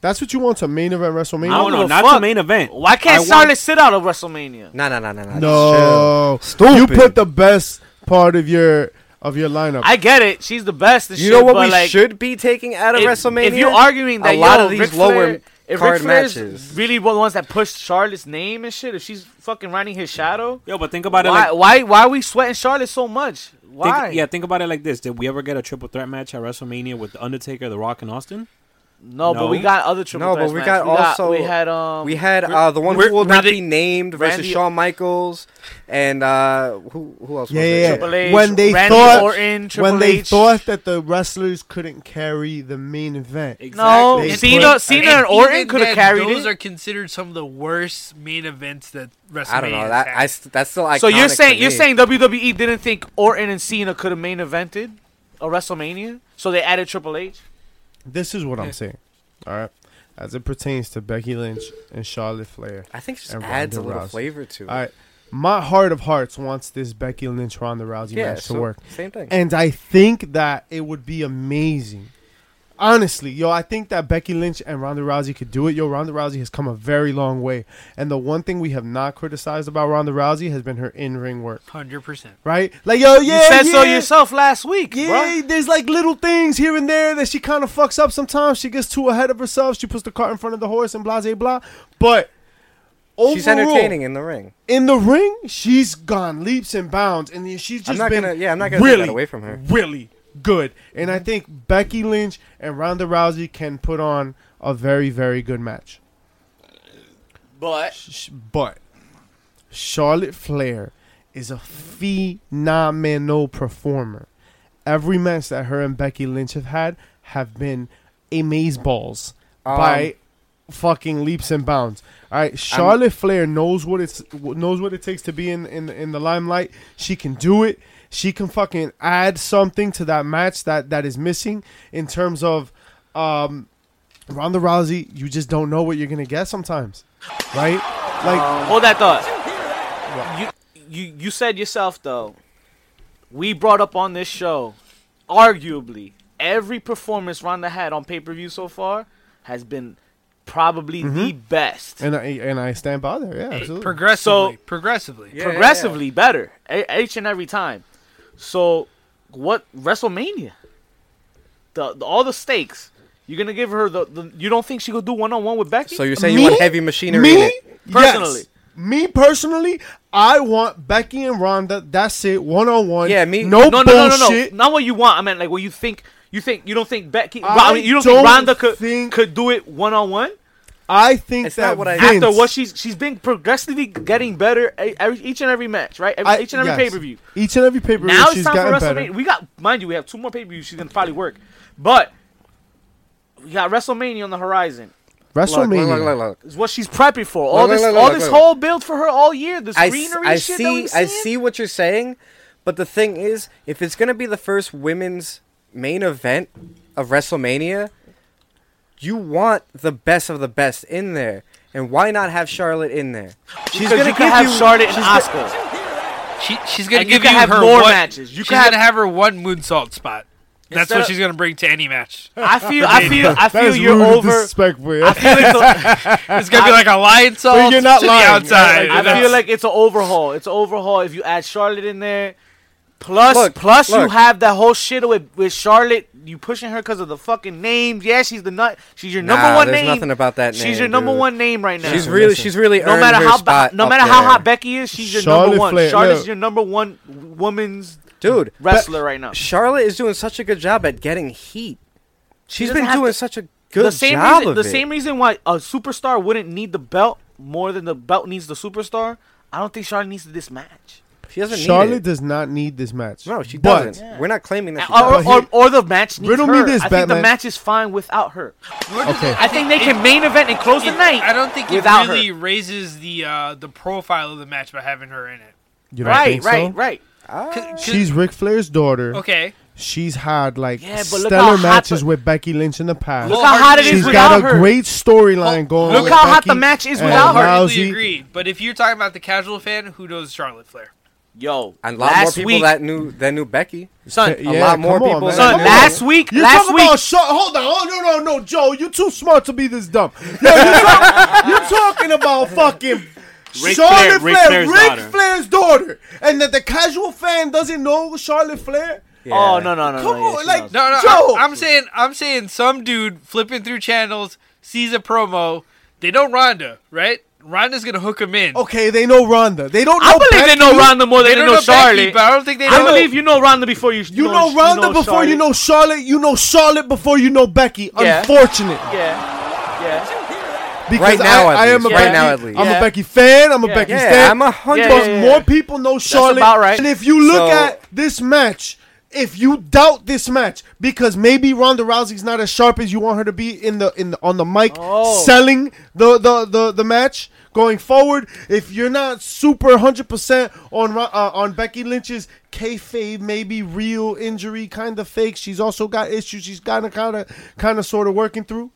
Speaker 2: That's what you want to main event
Speaker 4: I
Speaker 2: WrestleMania?
Speaker 4: don't
Speaker 1: give
Speaker 4: know.
Speaker 1: a
Speaker 4: Not
Speaker 1: fuck.
Speaker 4: the main event.
Speaker 1: Why
Speaker 4: I
Speaker 1: can't
Speaker 4: want-
Speaker 1: Charlotte sit out of WrestleMania?
Speaker 3: No, no, no, no, no.
Speaker 2: No,
Speaker 3: Stupid.
Speaker 2: You put the best part of your of your lineup.
Speaker 1: I get it. She's the best. And
Speaker 3: You
Speaker 1: shit,
Speaker 3: know what
Speaker 1: but
Speaker 3: we
Speaker 1: like,
Speaker 3: should be taking out of
Speaker 1: if,
Speaker 3: WrestleMania?
Speaker 1: If you're arguing that
Speaker 3: a lot
Speaker 1: yo,
Speaker 3: of these
Speaker 1: Ric
Speaker 3: lower
Speaker 1: Flair, if
Speaker 3: card
Speaker 1: Ric Flair's
Speaker 3: matches.
Speaker 1: really one of the ones that pushed Charlotte's name and shit, if she's fucking riding his shadow,
Speaker 4: Yo, but think
Speaker 1: why,
Speaker 4: about it. Like,
Speaker 1: why, why are we sweating Charlotte so much?
Speaker 4: think-
Speaker 1: Why?
Speaker 4: yeah, think about it like this. Did we ever get a triple threat match at WrestleMania with The Undertaker, The Rock, and Austin?
Speaker 1: no, but
Speaker 4: No.
Speaker 1: we got other triple
Speaker 3: No,
Speaker 1: threats
Speaker 3: but we
Speaker 1: match.
Speaker 3: got also-
Speaker 1: we had um
Speaker 3: We had uh, the one
Speaker 5: we're-
Speaker 3: who will
Speaker 5: we're
Speaker 3: not
Speaker 5: the-
Speaker 3: be named versus
Speaker 1: Randy-
Speaker 3: Shawn Michaels and uh, who who else?
Speaker 2: Yeah,
Speaker 3: was
Speaker 2: yeah,
Speaker 3: it?
Speaker 1: Triple H,
Speaker 2: When they
Speaker 1: Randy
Speaker 2: thought-
Speaker 1: Orton, Triple
Speaker 2: when they
Speaker 1: H.
Speaker 2: thought that the wrestlers couldn't carry the main event,
Speaker 1: no,
Speaker 2: They
Speaker 1: Cena,
Speaker 2: put-
Speaker 1: Cena and Orton
Speaker 5: even
Speaker 1: could have
Speaker 5: then,
Speaker 1: carried
Speaker 5: Those
Speaker 1: it.
Speaker 5: are considered some of the worst main events that WrestleMania.
Speaker 3: I don't know.
Speaker 5: has
Speaker 3: That
Speaker 5: had.
Speaker 3: I st- that's still iconic.
Speaker 1: so you're saying
Speaker 3: to
Speaker 1: you're
Speaker 3: me.
Speaker 1: saying WWE didn't think Orton and Cena could have main evented a WrestleMania, so they added Triple H.
Speaker 2: this is what
Speaker 5: Yeah.
Speaker 2: I'm saying. All right, as it pertains to Becky Lynch and Charlotte Flair.
Speaker 3: I think it just
Speaker 2: and
Speaker 3: adds a
Speaker 2: Ronda
Speaker 3: little
Speaker 2: Rousey.
Speaker 3: flavor to it.
Speaker 2: All right, my heart of hearts wants this Becky Lynch Ronda Rousey
Speaker 3: yeah,
Speaker 2: match
Speaker 3: so
Speaker 2: to work,
Speaker 3: same thing.
Speaker 2: and I think that it would be amazing. Honestly, yo, I think that Becky Lynch and Ronda Rousey could do it. Yo, Ronda Rousey has come a very long way, and the one thing we have not criticized about Ronda Rousey has been her in-ring work.
Speaker 5: hundred percent.
Speaker 2: right? Like, yo, yeah,
Speaker 1: you said so
Speaker 2: yeah,
Speaker 1: yourself last week,
Speaker 2: Yeah,
Speaker 1: bro.
Speaker 2: there's like little things here and there that she kind of fucks up sometimes. She gets too ahead of herself. She puts the cart in front of the horse and blah, blah, blah. But overall,
Speaker 3: She's entertaining in the ring.
Speaker 2: in the ring, she's gone leaps and bounds, and then she's just
Speaker 3: I'm not
Speaker 2: been
Speaker 3: gonna. Yeah, I'm not gonna
Speaker 2: really,
Speaker 3: take that away from her. Mm-hmm.
Speaker 2: really good. And I think Becky Lynch and Ronda Rousey can put on a very, very good match.
Speaker 1: But
Speaker 2: Sh- But Charlotte Flair is a phenomenal performer. Every match that her and Becky Lynch have had have been amazeballs
Speaker 3: Um,
Speaker 2: by fucking leaps and bounds. All right, Charlotte Flair knows what it's w- knows what it takes to be in in in the limelight. She can do it. She can fucking add something to that match that that is missing in terms of um Ronda Rousey. You just don't know what you're gonna get sometimes, right? Like
Speaker 1: Hold that thought. You, you, you said yourself though. We brought up on this show, arguably every performance Ronda had on pay per view so far has been probably the best,
Speaker 2: Mm-hmm. and I and I stand by there. Yeah, absolutely.
Speaker 5: Progressively, progressively.
Speaker 3: Yeah, yeah, yeah.
Speaker 1: progressively better e- each and every time. So, what WrestleMania? The, the all the stakes. You're gonna give her the, the you don't think she could do one on one with Becky?
Speaker 3: So you're saying
Speaker 2: Me?
Speaker 3: you want heavy machinery in
Speaker 2: Me
Speaker 3: it?
Speaker 1: Personally.
Speaker 2: Yes. Me personally, I want Becky and Ronda. That's it, one on one.
Speaker 3: Yeah, me-
Speaker 2: No,
Speaker 1: no, no,
Speaker 2: bullshit.
Speaker 1: no, no, no. Not what you want. I meant like what you think. You think you don't think Becky?
Speaker 2: I
Speaker 1: I mean, you don't,
Speaker 2: don't
Speaker 1: think Ronda could
Speaker 2: think-
Speaker 1: could do it one on one
Speaker 2: I think
Speaker 3: It's not
Speaker 2: that
Speaker 3: what I-
Speaker 2: Vince,
Speaker 1: after what she's she's been progressively getting better e- every, each and every match, right? Every,
Speaker 2: I-
Speaker 1: each and every
Speaker 2: yes.
Speaker 1: pay per view.
Speaker 2: Each and every pay per view,
Speaker 1: Now it's
Speaker 2: she's
Speaker 1: time for
Speaker 2: gotten
Speaker 1: WrestleMania.
Speaker 2: better.
Speaker 1: We got, mind you, we have two more pay per views. She's gonna probably work, but we got WrestleMania on the horizon.
Speaker 3: Look,
Speaker 2: WrestleMania.
Speaker 3: look, look, look, look.
Speaker 1: Is what she's prepping for. All
Speaker 3: Look, look,
Speaker 1: this,
Speaker 3: look,
Speaker 1: all
Speaker 3: look,
Speaker 1: this
Speaker 3: look.
Speaker 1: whole build for her all year. This
Speaker 3: I, s-
Speaker 1: greenery
Speaker 3: I
Speaker 1: shit that
Speaker 3: see
Speaker 1: we've
Speaker 3: I
Speaker 1: seen.
Speaker 3: see what you're saying, but the thing is, if it's gonna be the first women's main event of WrestleMania, you want the best of the best in there. And why not have Charlotte in there?
Speaker 1: She's
Speaker 3: Because
Speaker 1: gonna
Speaker 3: you could
Speaker 1: have
Speaker 3: do-
Speaker 1: Charlotte and
Speaker 3: she's
Speaker 1: Oscar.
Speaker 5: She, she's gonna
Speaker 1: And you
Speaker 5: give
Speaker 1: can have
Speaker 5: her
Speaker 1: more
Speaker 5: one,
Speaker 1: matches. You
Speaker 5: she's
Speaker 1: can have-
Speaker 5: gonna have her one moonsault spot. That's
Speaker 1: Instead
Speaker 5: what
Speaker 1: of-
Speaker 5: she's gonna bring to any match.
Speaker 1: I feel, I feel, I
Speaker 2: That
Speaker 1: feel
Speaker 2: is
Speaker 1: you're
Speaker 2: rude and
Speaker 1: over.
Speaker 2: disrespectful.
Speaker 1: I
Speaker 2: Yeah.
Speaker 1: feel it's a-
Speaker 5: It's gonna be like a lion salt
Speaker 2: you're not
Speaker 5: to
Speaker 2: lying.
Speaker 5: the outside.
Speaker 1: I
Speaker 5: and that's-
Speaker 1: feel like it's an overhaul. It's an overhaul if you add Charlotte in there. Plus,
Speaker 3: Look,
Speaker 1: plus you
Speaker 3: look.
Speaker 1: have that whole shit with, with Charlotte. You pushing her because of the fucking names. Yeah, she's the nut. She's your number
Speaker 3: Nah,
Speaker 1: one
Speaker 3: there's
Speaker 1: name.
Speaker 3: nothing about that
Speaker 1: she's
Speaker 3: name,
Speaker 1: your number
Speaker 3: dude.
Speaker 1: one name right now.
Speaker 3: She's really,
Speaker 2: listen.
Speaker 3: she's really
Speaker 1: no
Speaker 3: earned
Speaker 1: matter
Speaker 3: her
Speaker 1: how
Speaker 3: spot
Speaker 1: no
Speaker 3: up
Speaker 1: matter how
Speaker 3: there.
Speaker 1: hot Becky is, she's your number
Speaker 2: Charlotte
Speaker 1: one.
Speaker 2: Flair,
Speaker 1: Charlotte's
Speaker 2: look.
Speaker 1: your number one woman's
Speaker 3: dude.
Speaker 1: wrestler right now.
Speaker 3: Charlotte is doing such a good job at getting heat. She's
Speaker 1: doesn't
Speaker 3: been
Speaker 1: have
Speaker 3: doing
Speaker 1: to-
Speaker 3: such a good
Speaker 1: the same
Speaker 3: job
Speaker 1: reason,
Speaker 3: of
Speaker 1: the
Speaker 3: it.
Speaker 1: same reason why a superstar wouldn't need the belt more than the belt needs the superstar. I don't think Charlotte needs this match.
Speaker 3: she doesn't
Speaker 2: Charlotte
Speaker 3: need
Speaker 2: does not need this match.
Speaker 3: it. No, she
Speaker 2: But-
Speaker 3: doesn't. We're not claiming that. She
Speaker 1: or,
Speaker 3: does.
Speaker 2: But
Speaker 1: or,
Speaker 2: here-
Speaker 1: or the match needs
Speaker 2: riddle me
Speaker 1: her.
Speaker 2: this,
Speaker 1: I think the
Speaker 2: Batman.
Speaker 1: match is fine without her.
Speaker 2: Okay.
Speaker 1: I think they can main event and close the
Speaker 5: It-
Speaker 1: night.
Speaker 5: I don't think it
Speaker 1: without
Speaker 5: really
Speaker 1: her.
Speaker 5: raises the uh, the profile of the match by having her in it.
Speaker 2: You don't
Speaker 1: Right,
Speaker 2: think so?
Speaker 1: right, right.
Speaker 5: 'Cause- 'cause-
Speaker 2: She's Ric Flair's daughter.
Speaker 5: okay.
Speaker 2: She's had like
Speaker 1: Yeah, but look how
Speaker 2: stellar
Speaker 1: hot
Speaker 2: matches
Speaker 1: the-
Speaker 2: with Becky Lynch in the past.
Speaker 1: Look how hot it is
Speaker 2: She's
Speaker 1: without
Speaker 2: got a
Speaker 1: her. Oh,
Speaker 2: great storyline going.
Speaker 1: look
Speaker 2: with
Speaker 1: how hot the
Speaker 2: Becky
Speaker 1: match is
Speaker 2: and
Speaker 1: without her.
Speaker 5: Wholeheartedly
Speaker 2: Rousey.
Speaker 5: agree. But if you're talking about the casual fan, who knows Charlotte Flair?
Speaker 1: Yo,
Speaker 3: And a lot more
Speaker 1: last
Speaker 3: people
Speaker 1: week, Oh,
Speaker 3: that knew that knew Becky.
Speaker 1: son,
Speaker 3: a
Speaker 2: Yeah,
Speaker 3: lot more
Speaker 2: come on,
Speaker 3: people
Speaker 2: man.
Speaker 1: son,
Speaker 3: that knew
Speaker 1: last
Speaker 3: her.
Speaker 1: week,
Speaker 2: You
Speaker 1: last
Speaker 2: talking
Speaker 1: week,
Speaker 2: about shut? Hold on! Oh no no no, Joe, you're too smart to be this dumb. Yo, you're, talk- you're talking about fucking
Speaker 4: Ric
Speaker 2: Charlotte
Speaker 4: Flair- Ric
Speaker 2: Flair,
Speaker 4: Flair's
Speaker 2: Ric
Speaker 4: daughter.
Speaker 2: Flair's daughter, and that the casual fan doesn't know Charlotte Flair.
Speaker 1: oh
Speaker 3: Yeah.
Speaker 1: no no no,
Speaker 2: Come
Speaker 1: no, yeah,
Speaker 2: on,
Speaker 1: she
Speaker 2: like,
Speaker 1: knows.
Speaker 5: No, no.
Speaker 2: Joe!
Speaker 5: I, am saying, I'm saying, some dude flipping through channels sees a promo. They know Ronda, right? Ronda's gonna hook him in.
Speaker 2: Okay, they know Ronda. They don't.
Speaker 1: I
Speaker 2: know
Speaker 1: believe they
Speaker 2: Becky.
Speaker 1: know Ronda more
Speaker 5: they,
Speaker 1: than
Speaker 5: don't
Speaker 1: know,
Speaker 5: know
Speaker 1: Charlotte.
Speaker 5: Becky, but I don't think they
Speaker 1: I
Speaker 5: know.
Speaker 1: believe you know Ronda before you.
Speaker 2: You know Ronda before you know Charlotte. You know Charlotte before you know Becky.
Speaker 1: Yeah.
Speaker 2: Unfortunately,
Speaker 1: Yeah, yeah.
Speaker 2: because
Speaker 3: Right now,
Speaker 2: I,
Speaker 3: at
Speaker 2: I am a
Speaker 3: least.
Speaker 1: Right
Speaker 2: Becky,
Speaker 3: now, at least.
Speaker 2: I'm
Speaker 1: Yeah.
Speaker 2: a Becky fan. I'm a
Speaker 1: Yeah.
Speaker 2: Becky
Speaker 3: Yeah,
Speaker 2: fan.
Speaker 3: I'm a hundred.
Speaker 1: Yeah,
Speaker 2: But more people know Charlotte.
Speaker 1: about right.
Speaker 2: And if you look
Speaker 3: So-
Speaker 2: at this match, if you doubt this match because maybe Ronda Rousey's not as sharp as you want her to be in the in the, on the mic
Speaker 1: Oh.
Speaker 2: selling the, the the the match going forward, if you're not super 100% on Ro- uh, on Becky Lynch's kayfabe maybe real injury kind of fake, she's also got issues she's kind of kind of kind of sort of working through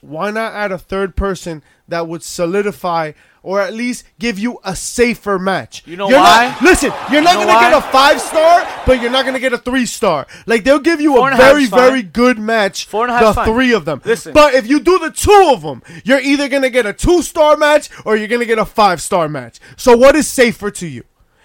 Speaker 2: why not add a third person that would solidify or at least give you a safer match?
Speaker 1: You know
Speaker 2: you're
Speaker 1: why?
Speaker 2: Not, listen, you're not
Speaker 1: know
Speaker 2: gonna get
Speaker 1: why?
Speaker 2: a five star, but you're not gonna get a three star. Like they'll give you
Speaker 1: Four
Speaker 2: a
Speaker 1: and a half's
Speaker 2: very,
Speaker 1: fine.
Speaker 2: very good match.
Speaker 1: Four and a half's
Speaker 2: the
Speaker 1: fine.
Speaker 2: three of them.
Speaker 1: Listen.
Speaker 2: but if you do the two of them, you're either gonna get a two star match or you're gonna get a five star match. So what is safer to you?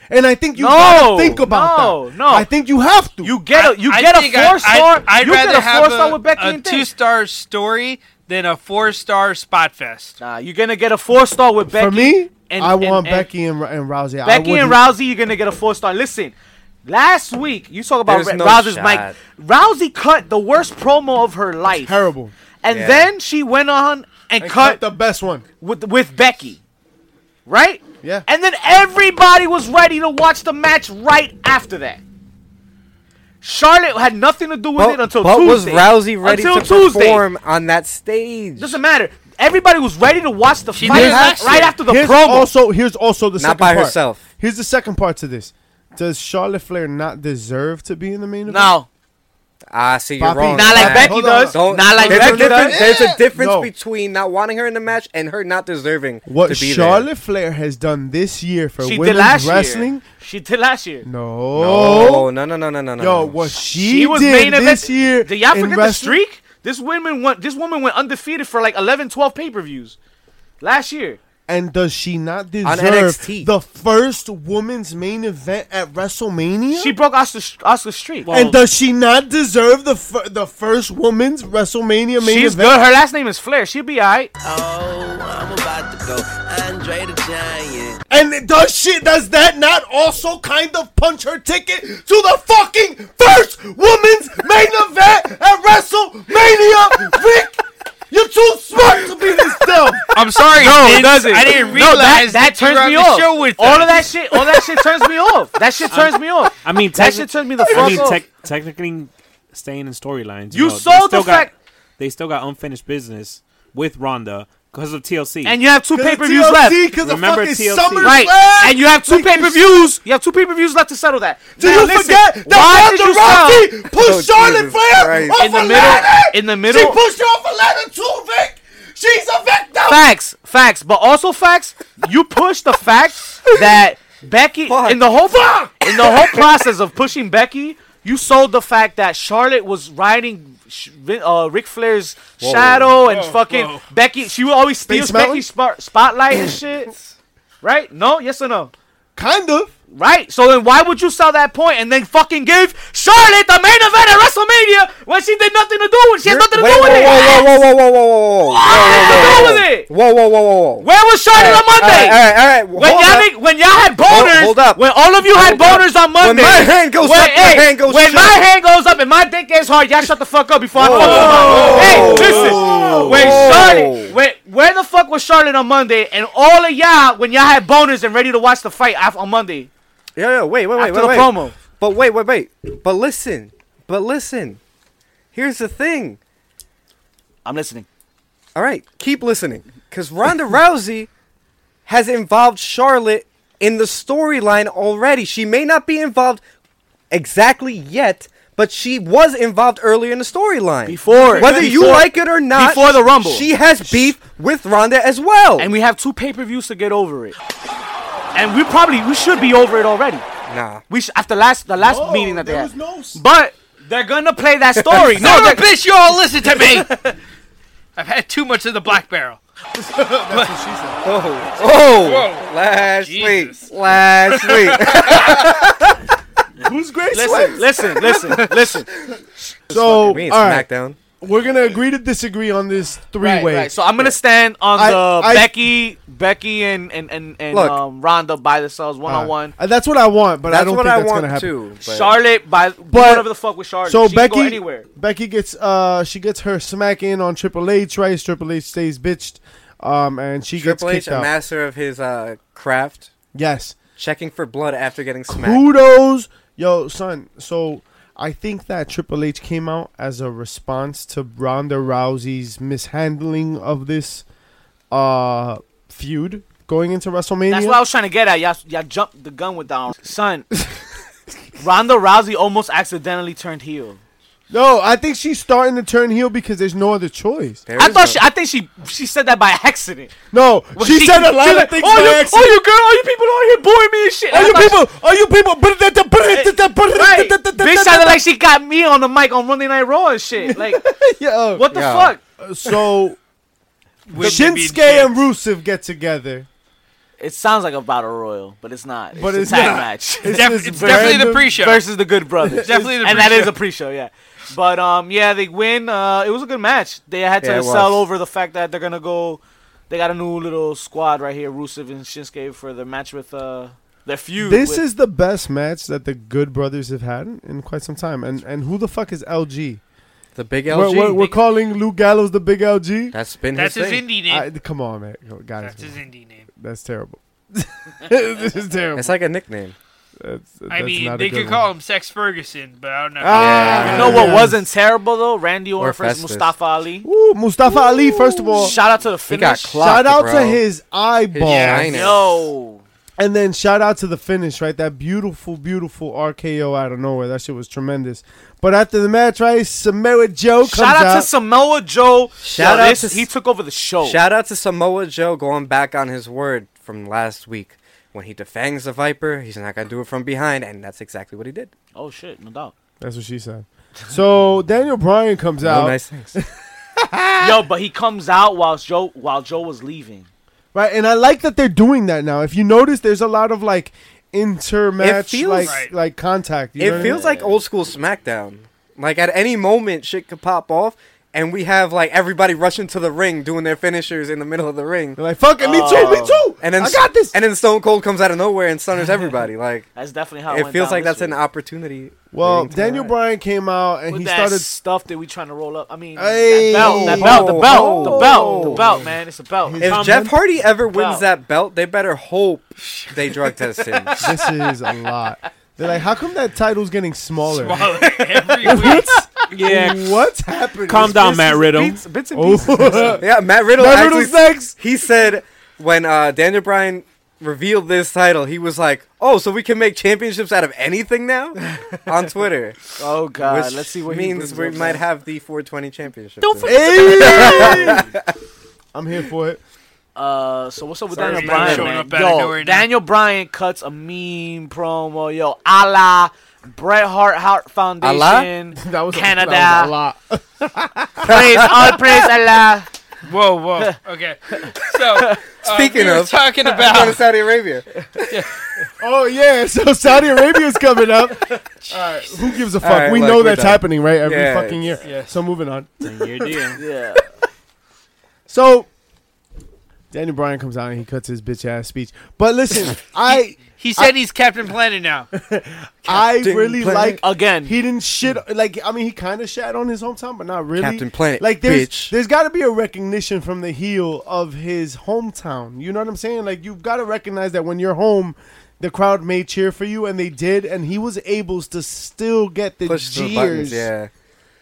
Speaker 2: And I think you
Speaker 1: No,
Speaker 2: gotta think about
Speaker 1: no,
Speaker 2: that.
Speaker 1: no.
Speaker 2: I think you have to.
Speaker 1: You get a you
Speaker 5: I
Speaker 1: get a
Speaker 5: think I-
Speaker 1: four star.
Speaker 5: I- I'd
Speaker 1: You get
Speaker 5: rather
Speaker 1: a
Speaker 5: have
Speaker 1: four star with Becky
Speaker 5: a
Speaker 1: and Thing.
Speaker 5: two-star story than a four-star spot fest.
Speaker 1: Nah, you're gonna get a four star with Becky.
Speaker 2: for me.
Speaker 1: and-
Speaker 2: I
Speaker 1: and-
Speaker 2: want
Speaker 1: and-
Speaker 2: Becky and, and Rousey. I
Speaker 1: Becky and
Speaker 2: wouldn't-
Speaker 1: Rousey, you're gonna get a four star. Listen, last week you talk about
Speaker 3: There's
Speaker 1: Ra-
Speaker 3: no
Speaker 1: Rousey's
Speaker 3: shot.
Speaker 1: mic. Rousey cut the worst promo of her life.
Speaker 2: Terrible.
Speaker 1: And
Speaker 3: Yeah.
Speaker 1: then she went on and,
Speaker 2: And
Speaker 1: cut,
Speaker 2: cut the best one.
Speaker 1: with with Becky, right?
Speaker 2: Yeah.
Speaker 1: And then everybody was ready to watch the match right after that. Charlotte had nothing to do with
Speaker 3: But,
Speaker 1: it until
Speaker 3: but was
Speaker 1: Tuesday.
Speaker 3: Rousey ready
Speaker 1: Until
Speaker 3: to
Speaker 1: Tuesday.
Speaker 3: perform on that stage?
Speaker 1: Doesn't matter. Everybody was ready to watch the
Speaker 5: She
Speaker 1: fight
Speaker 5: did
Speaker 1: right
Speaker 5: last year.
Speaker 1: after the
Speaker 2: here's
Speaker 1: promo.
Speaker 2: Also, here's also the
Speaker 3: Not
Speaker 2: second
Speaker 3: by
Speaker 2: part.
Speaker 3: herself.
Speaker 2: Here's the second part to this. Does Charlotte Flair not deserve to be in the main event?
Speaker 1: no,
Speaker 3: Ah, see, you're
Speaker 2: Papi,
Speaker 3: wrong.
Speaker 1: not like
Speaker 3: man.
Speaker 1: Becky
Speaker 2: Hold on.
Speaker 1: does.
Speaker 3: Don't,
Speaker 1: not like
Speaker 3: there's a
Speaker 1: Becky
Speaker 3: difference,
Speaker 1: does.
Speaker 3: there's a difference
Speaker 2: No.
Speaker 3: between not wanting her in the match and her not deserving
Speaker 2: What
Speaker 3: to be
Speaker 2: Charlotte Flair has done this year for
Speaker 1: She did
Speaker 2: women's
Speaker 1: last
Speaker 2: wrestling?
Speaker 1: year. She did last year.
Speaker 3: there.
Speaker 2: No.
Speaker 3: No, Oh, no, no, no, no, no, no.
Speaker 2: Yo,
Speaker 3: no.
Speaker 2: what she,
Speaker 1: She was
Speaker 2: did
Speaker 1: main event
Speaker 2: this year
Speaker 1: Did y'all
Speaker 2: in
Speaker 1: forget the
Speaker 2: wrestling-
Speaker 1: streak? This woman went. This woman went undefeated for like 11, 12 pay per views last year.
Speaker 2: And does she not deserve
Speaker 3: NXT.
Speaker 2: the first woman's main event at WrestleMania?
Speaker 1: She broke Oscar Oscar's streak.
Speaker 4: Well,
Speaker 2: and does she not deserve the fir- the first woman's WrestleMania main
Speaker 1: She's
Speaker 2: event?
Speaker 1: good. Her last name is Flair. She'll be alright.
Speaker 6: Oh, I'm about to go Andre the Giant.
Speaker 2: And does she does that not also kind of punch her ticket to the fucking first woman's main event at WrestleMania? Vic, you're too smart to be this dumb.
Speaker 5: I'm sorry.
Speaker 1: No,
Speaker 5: Vince.
Speaker 1: Oh, it doesn't.
Speaker 5: I didn't
Speaker 1: No,
Speaker 5: realize
Speaker 1: that, that
Speaker 5: you were
Speaker 1: turns
Speaker 5: on
Speaker 1: me
Speaker 5: the
Speaker 1: off.
Speaker 5: show with
Speaker 1: all
Speaker 5: us.
Speaker 1: of that shit, all that shit turns me off. That shit turns me off.
Speaker 4: I mean,
Speaker 1: That
Speaker 4: techni-
Speaker 1: shit turned me the
Speaker 4: I
Speaker 1: fuck
Speaker 4: mean,
Speaker 1: off.
Speaker 4: tec- technically staying in storylines.
Speaker 1: You
Speaker 4: know, they
Speaker 1: sold
Speaker 4: still
Speaker 1: the
Speaker 4: got-
Speaker 1: fact-
Speaker 4: they still got unfinished business with Ronda because of TLC.
Speaker 1: and you have two pay per views left.
Speaker 2: because of
Speaker 4: Remember
Speaker 2: fucking
Speaker 4: TLC.
Speaker 2: Summer
Speaker 1: Right,
Speaker 2: Slam.
Speaker 1: and you have two
Speaker 2: Like,
Speaker 1: pay per views. You have two pay per views left to settle that.
Speaker 2: Did
Speaker 1: Now
Speaker 2: you
Speaker 1: listen,
Speaker 2: forget
Speaker 1: why
Speaker 2: that
Speaker 1: did you
Speaker 2: Ronda
Speaker 1: sell
Speaker 2: Rousey pushed
Speaker 3: Oh,
Speaker 2: Charlotte
Speaker 3: Jesus
Speaker 2: Flair
Speaker 3: Christ.
Speaker 2: off
Speaker 1: in the
Speaker 2: a
Speaker 1: middle?
Speaker 2: ladder?
Speaker 1: In the
Speaker 2: She
Speaker 1: middle,
Speaker 2: pushed her off a ladder too, Vic. She's a victim.
Speaker 1: facts, facts, but also facts. You push the fact that Becky in the whole in the whole process of pushing Becky, you sold the fact that Charlotte was riding sh- Vin- uh, Ric Flair's shadow and
Speaker 5: Whoa,
Speaker 1: fucking
Speaker 5: whoa.
Speaker 1: Becky. She would always steal
Speaker 2: Space Mountain?
Speaker 1: Becky's spot- spotlight and shit. Right? No? Yes or no?
Speaker 2: Kind of.
Speaker 1: Right. So then why would you sell that point and then fucking give Charlotte the main event at WrestleMania when she did nothing to do with she had nothing to
Speaker 3: Wait,
Speaker 1: do
Speaker 3: whoa,
Speaker 1: with it?
Speaker 3: whoa, whoa, whoa, whoa, whoa, whoa, whoa, whoa,
Speaker 1: Nothing to do with it.
Speaker 3: whoa, whoa, whoa, whoa, whoa.
Speaker 1: Where was Charlotte on
Speaker 3: All
Speaker 1: Monday?
Speaker 3: right, all right, all right.
Speaker 1: When
Speaker 3: hold
Speaker 1: y'all,
Speaker 3: up.
Speaker 1: nigg- when y'all had boners,
Speaker 3: hold up.
Speaker 1: when all of you had
Speaker 3: Hold up.
Speaker 1: boners on Monday,
Speaker 3: When my hand goes up, your hand goes
Speaker 1: When
Speaker 3: shut.
Speaker 1: my hand goes up and my dick gets hard, y'all shut the fuck up before I fuck up. Hey, listen. When
Speaker 3: Whoa.
Speaker 1: Charlotte, when, where the fuck was Charlotte on Monday? And all of y'all, when y'all had boners and ready to watch the fight af- on Monday
Speaker 3: Yo, yo, wait, wait, wait,
Speaker 1: after
Speaker 3: wait,
Speaker 1: the
Speaker 3: wait.
Speaker 1: promo,
Speaker 3: But wait, wait, wait. But listen, but listen. Here's the thing.
Speaker 1: I'm listening.
Speaker 3: All right, keep listening, because Ronda Rousey has involved Charlotte in the storyline already. She may not be involved exactly yet, but she was involved earlier in the storyline.
Speaker 1: Before-
Speaker 3: whether you
Speaker 1: before-
Speaker 3: like it or not,
Speaker 1: before the Rumble.
Speaker 3: she has beef with Ronda as well.
Speaker 1: And we have two pay per views to get over it. And we probably we should be over it already.
Speaker 3: nah,
Speaker 1: We sh- after last the last
Speaker 2: No,
Speaker 1: meeting that they
Speaker 2: Oh, there
Speaker 1: had.
Speaker 2: was no s-
Speaker 1: but they're gonna play that story. no,
Speaker 5: Son of
Speaker 1: they're-
Speaker 5: a bitch, you all listen to me. I've had too much of the black barrel.
Speaker 3: Oh,
Speaker 5: Whoa.
Speaker 3: last
Speaker 5: Jesus.
Speaker 3: week, last week.
Speaker 2: Who's Grace
Speaker 1: Listen, listen, listen, listen.
Speaker 2: So, all
Speaker 3: we ain't
Speaker 2: right,
Speaker 3: SmackDown.
Speaker 2: we're gonna agree to disagree on this
Speaker 1: Right,
Speaker 2: three-way.
Speaker 1: right. So I'm gonna stand on
Speaker 2: I-
Speaker 1: the
Speaker 2: I-
Speaker 1: Becky, Becky, and and and, and
Speaker 3: Look.
Speaker 1: um, Ronda by themselves, one on one.
Speaker 2: Uh, that's what I want, but I
Speaker 3: That's
Speaker 2: don't
Speaker 3: what
Speaker 2: think
Speaker 3: I
Speaker 2: that's gonna
Speaker 3: want
Speaker 2: happen.
Speaker 3: too. but-
Speaker 1: Charlotte by whatever the fuck with Charlotte.
Speaker 2: So
Speaker 1: she
Speaker 2: Becky,
Speaker 1: can go anywhere.
Speaker 2: Becky gets uh, she gets her smack in on Triple H, right? Triple H stays bitched, um, and she
Speaker 3: Triple
Speaker 2: gets
Speaker 3: H,
Speaker 2: kicked
Speaker 3: a
Speaker 2: out.
Speaker 3: master of his uh, craft,
Speaker 2: yes,
Speaker 3: checking for blood after getting smacked.
Speaker 2: kudos, yo, son. So I think that Triple H came out as a response to Ronda Rousey's mishandling of this uh feud going into WrestleMania.
Speaker 1: That's what I was trying to get at. Y'all, y'all jumped the gun with down. Son, Ronda Rousey almost accidentally turned heel.
Speaker 2: no, I think she's starting to turn heel because there's no other choice.
Speaker 3: There
Speaker 1: I
Speaker 3: is
Speaker 1: thought
Speaker 3: no-
Speaker 1: she, I think she, she said that by accident.
Speaker 2: No,
Speaker 1: Well,
Speaker 2: she, said a lot
Speaker 1: she
Speaker 2: of
Speaker 1: like,
Speaker 2: things
Speaker 1: Oh,
Speaker 2: by
Speaker 1: you,
Speaker 2: accident.
Speaker 1: oh, you girl, all you people out here boring me and shit.
Speaker 2: All
Speaker 1: And I
Speaker 2: you
Speaker 1: thought she-
Speaker 2: people, all you people, but that the
Speaker 1: Right. Bitch sounded like she got me on the mic on Monday Night Raw and shit. Like,
Speaker 2: yeah.
Speaker 1: what the
Speaker 3: Yeah.
Speaker 1: fuck?
Speaker 2: So
Speaker 5: Wouldn't it be
Speaker 2: uh, Shinsuke and
Speaker 5: chance?
Speaker 2: Rusev get together.
Speaker 1: It sounds like a battle royal, but it's not. It's
Speaker 2: But
Speaker 1: a
Speaker 2: it's
Speaker 1: tag
Speaker 2: not.
Speaker 1: match
Speaker 5: It's, def-
Speaker 2: this
Speaker 5: it's definitely the
Speaker 2: random
Speaker 5: pre-show.
Speaker 1: versus the Good Brothers.
Speaker 5: Definitely the
Speaker 1: and that
Speaker 5: pre-show.
Speaker 1: is a pre-show, yeah. But um, yeah, they win. Uh, it was a good match. They had to
Speaker 3: Yeah, it
Speaker 1: sell
Speaker 3: was.
Speaker 1: over the fact that they're gonna go. They got a new little squad right here, Rusev and Shinsuke for the match with uh their feud.
Speaker 2: This
Speaker 1: with-
Speaker 2: is the best match that the Good Brothers have had in quite some time. And and who the fuck is LG?
Speaker 3: the big
Speaker 2: We're-
Speaker 3: LG.
Speaker 2: We're, we're calling Lou Gallows the Big LG.
Speaker 3: That's been
Speaker 5: That's
Speaker 3: his
Speaker 5: his
Speaker 3: thing.
Speaker 5: indie
Speaker 2: I,
Speaker 5: name.
Speaker 2: come on, man, Yo, guys,
Speaker 5: That's his
Speaker 2: man.
Speaker 5: indie name.
Speaker 2: that's terrible. this is terrible.
Speaker 3: It's like a nickname.
Speaker 2: That's, that's
Speaker 5: I mean,
Speaker 2: not
Speaker 5: they
Speaker 2: a good
Speaker 5: could
Speaker 2: one.
Speaker 5: call him Sex Ferguson, but I don't know.
Speaker 2: Ah,
Speaker 1: You know what
Speaker 2: yes.
Speaker 1: wasn't terrible though? Randy Orton
Speaker 3: Or
Speaker 1: versus
Speaker 3: Festus.
Speaker 1: Mustafa Ali.
Speaker 2: Ooh, Mustafa Ali. First of all,
Speaker 1: Shout out to the
Speaker 3: He got
Speaker 1: finish.
Speaker 3: clocked,
Speaker 2: shout out
Speaker 3: bro.
Speaker 2: to his eyeball,
Speaker 3: shine.
Speaker 1: Yo,
Speaker 2: and then shout out to the finish, right? That beautiful, beautiful RKO out of nowhere. That shit was tremendous. But after the match, right, Samoa Joe comes
Speaker 1: shout out, to Samoa Joe.
Speaker 3: Shout
Speaker 1: Yo,
Speaker 3: out
Speaker 1: this-
Speaker 3: to s-
Speaker 1: he took over the show.
Speaker 3: Shout out to Samoa Joe going back on his word from last week. When he defangs the Viper, he's not going to do it from behind, and that's exactly what he did.
Speaker 1: oh shit, no doubt.
Speaker 2: That's what she said. So Daniel Bryan comes
Speaker 3: No
Speaker 2: out,
Speaker 3: nice things.
Speaker 1: Yo, but he comes out while Joe while Joe was leaving.
Speaker 2: right? And I like that they're doing that now. If you notice, there's a lot of like intermatch,
Speaker 3: feels-
Speaker 2: like
Speaker 5: Right.
Speaker 2: like contact. you know what
Speaker 3: it
Speaker 2: I
Speaker 3: feels
Speaker 2: mean?
Speaker 3: like old school SmackDown. Like at any moment, shit could pop off, and we have like everybody rushing to the ring doing their finishers in the middle of the ring.
Speaker 2: They're like fuck it, me too, me
Speaker 1: Oh.
Speaker 2: too.
Speaker 3: And then
Speaker 2: I got this.
Speaker 3: And then Stone Cold comes out of nowhere and stunners everybody. Like
Speaker 1: That's definitely how it,
Speaker 3: it
Speaker 1: went
Speaker 3: feels
Speaker 1: down
Speaker 3: like
Speaker 1: this
Speaker 3: that's an
Speaker 1: week.
Speaker 3: opportunity.
Speaker 2: well,
Speaker 3: waiting to
Speaker 2: Daniel
Speaker 3: arrive.
Speaker 2: Bryan came out and
Speaker 1: With
Speaker 2: he
Speaker 1: that
Speaker 2: started
Speaker 1: stuff that we trying to roll up. I mean,
Speaker 2: Hey.
Speaker 1: that belt, that
Speaker 2: Oh,
Speaker 1: belt, the belt, the
Speaker 3: oh,
Speaker 1: belt, the
Speaker 3: oh.
Speaker 1: belt, man. It's a belt.
Speaker 2: His-
Speaker 3: If
Speaker 4: Tom
Speaker 3: Jeff
Speaker 4: Dunn-
Speaker 3: Hardy ever wins
Speaker 1: Wow.
Speaker 3: that belt, they better hope they drug test him.
Speaker 2: this is a lot. They're like, how come that title's getting smaller?
Speaker 5: Well, every week.
Speaker 4: Yeah,
Speaker 2: What's happening?
Speaker 4: calm down, Matt Riddle.
Speaker 3: Bits, bits and
Speaker 2: Oh.
Speaker 3: pieces. yeah, Matt Riddle.
Speaker 2: Matt
Speaker 3: actually,
Speaker 2: Riddle's next.
Speaker 3: He said when uh, Daniel Bryan revealed this title, he was like, "Oh, so we can make championships out of anything now?" on Twitter,
Speaker 1: Oh god,
Speaker 3: which
Speaker 1: let's see what he
Speaker 3: means
Speaker 1: brings
Speaker 3: we
Speaker 1: up,
Speaker 3: might
Speaker 1: man.
Speaker 3: have the 420 championship.
Speaker 1: Don't
Speaker 3: soon.
Speaker 1: forget-
Speaker 2: Hey! I'm here for it.
Speaker 1: Uh, so what's up with
Speaker 5: Sorry,
Speaker 1: Daniel
Speaker 5: man,
Speaker 1: Bryan?
Speaker 5: showing
Speaker 1: man?
Speaker 5: up out of
Speaker 1: Yo,
Speaker 5: nowhere now.
Speaker 1: Daniel Bryan cuts a mean promo, yo, a la Bret Hart Heart Foundation,
Speaker 2: That was
Speaker 1: Canada.
Speaker 2: That was a lot.
Speaker 1: praise all praise Allah.
Speaker 5: Whoa, whoa. Okay. So, uh,
Speaker 3: Speaking
Speaker 5: we were
Speaker 3: of-
Speaker 5: talking
Speaker 3: He's going to
Speaker 5: about
Speaker 3: Saudi Arabia.
Speaker 2: Oh yeah, so Saudi Arabia's coming up. All right, who gives a fuck?
Speaker 3: right,
Speaker 2: we
Speaker 3: look,
Speaker 2: know
Speaker 3: we're
Speaker 2: that's
Speaker 3: done.
Speaker 2: happening, right? Every
Speaker 3: Yeah,
Speaker 2: fucking year.
Speaker 5: yeah.
Speaker 2: So moving on.
Speaker 4: Ten-year deal.
Speaker 1: Yeah,
Speaker 2: So Daniel Bryan comes out and he cuts his bitch ass speech. But listen, I
Speaker 5: he said he's Captain Planet now.
Speaker 2: I
Speaker 3: Captain
Speaker 2: really
Speaker 3: Planet.
Speaker 2: like
Speaker 1: again,
Speaker 2: he didn't shit like I mean he kind of shat on his hometown, but not really.
Speaker 3: Captain Planet,
Speaker 2: Like there's
Speaker 3: bitch.
Speaker 2: there's got to be a recognition from the heel of his hometown. You know what I'm saying? Like you've got to recognize that when you're home, the crowd may cheer for you, and they did, and he was able to still get the
Speaker 3: Push the
Speaker 2: cheers
Speaker 3: buttons. Yeah.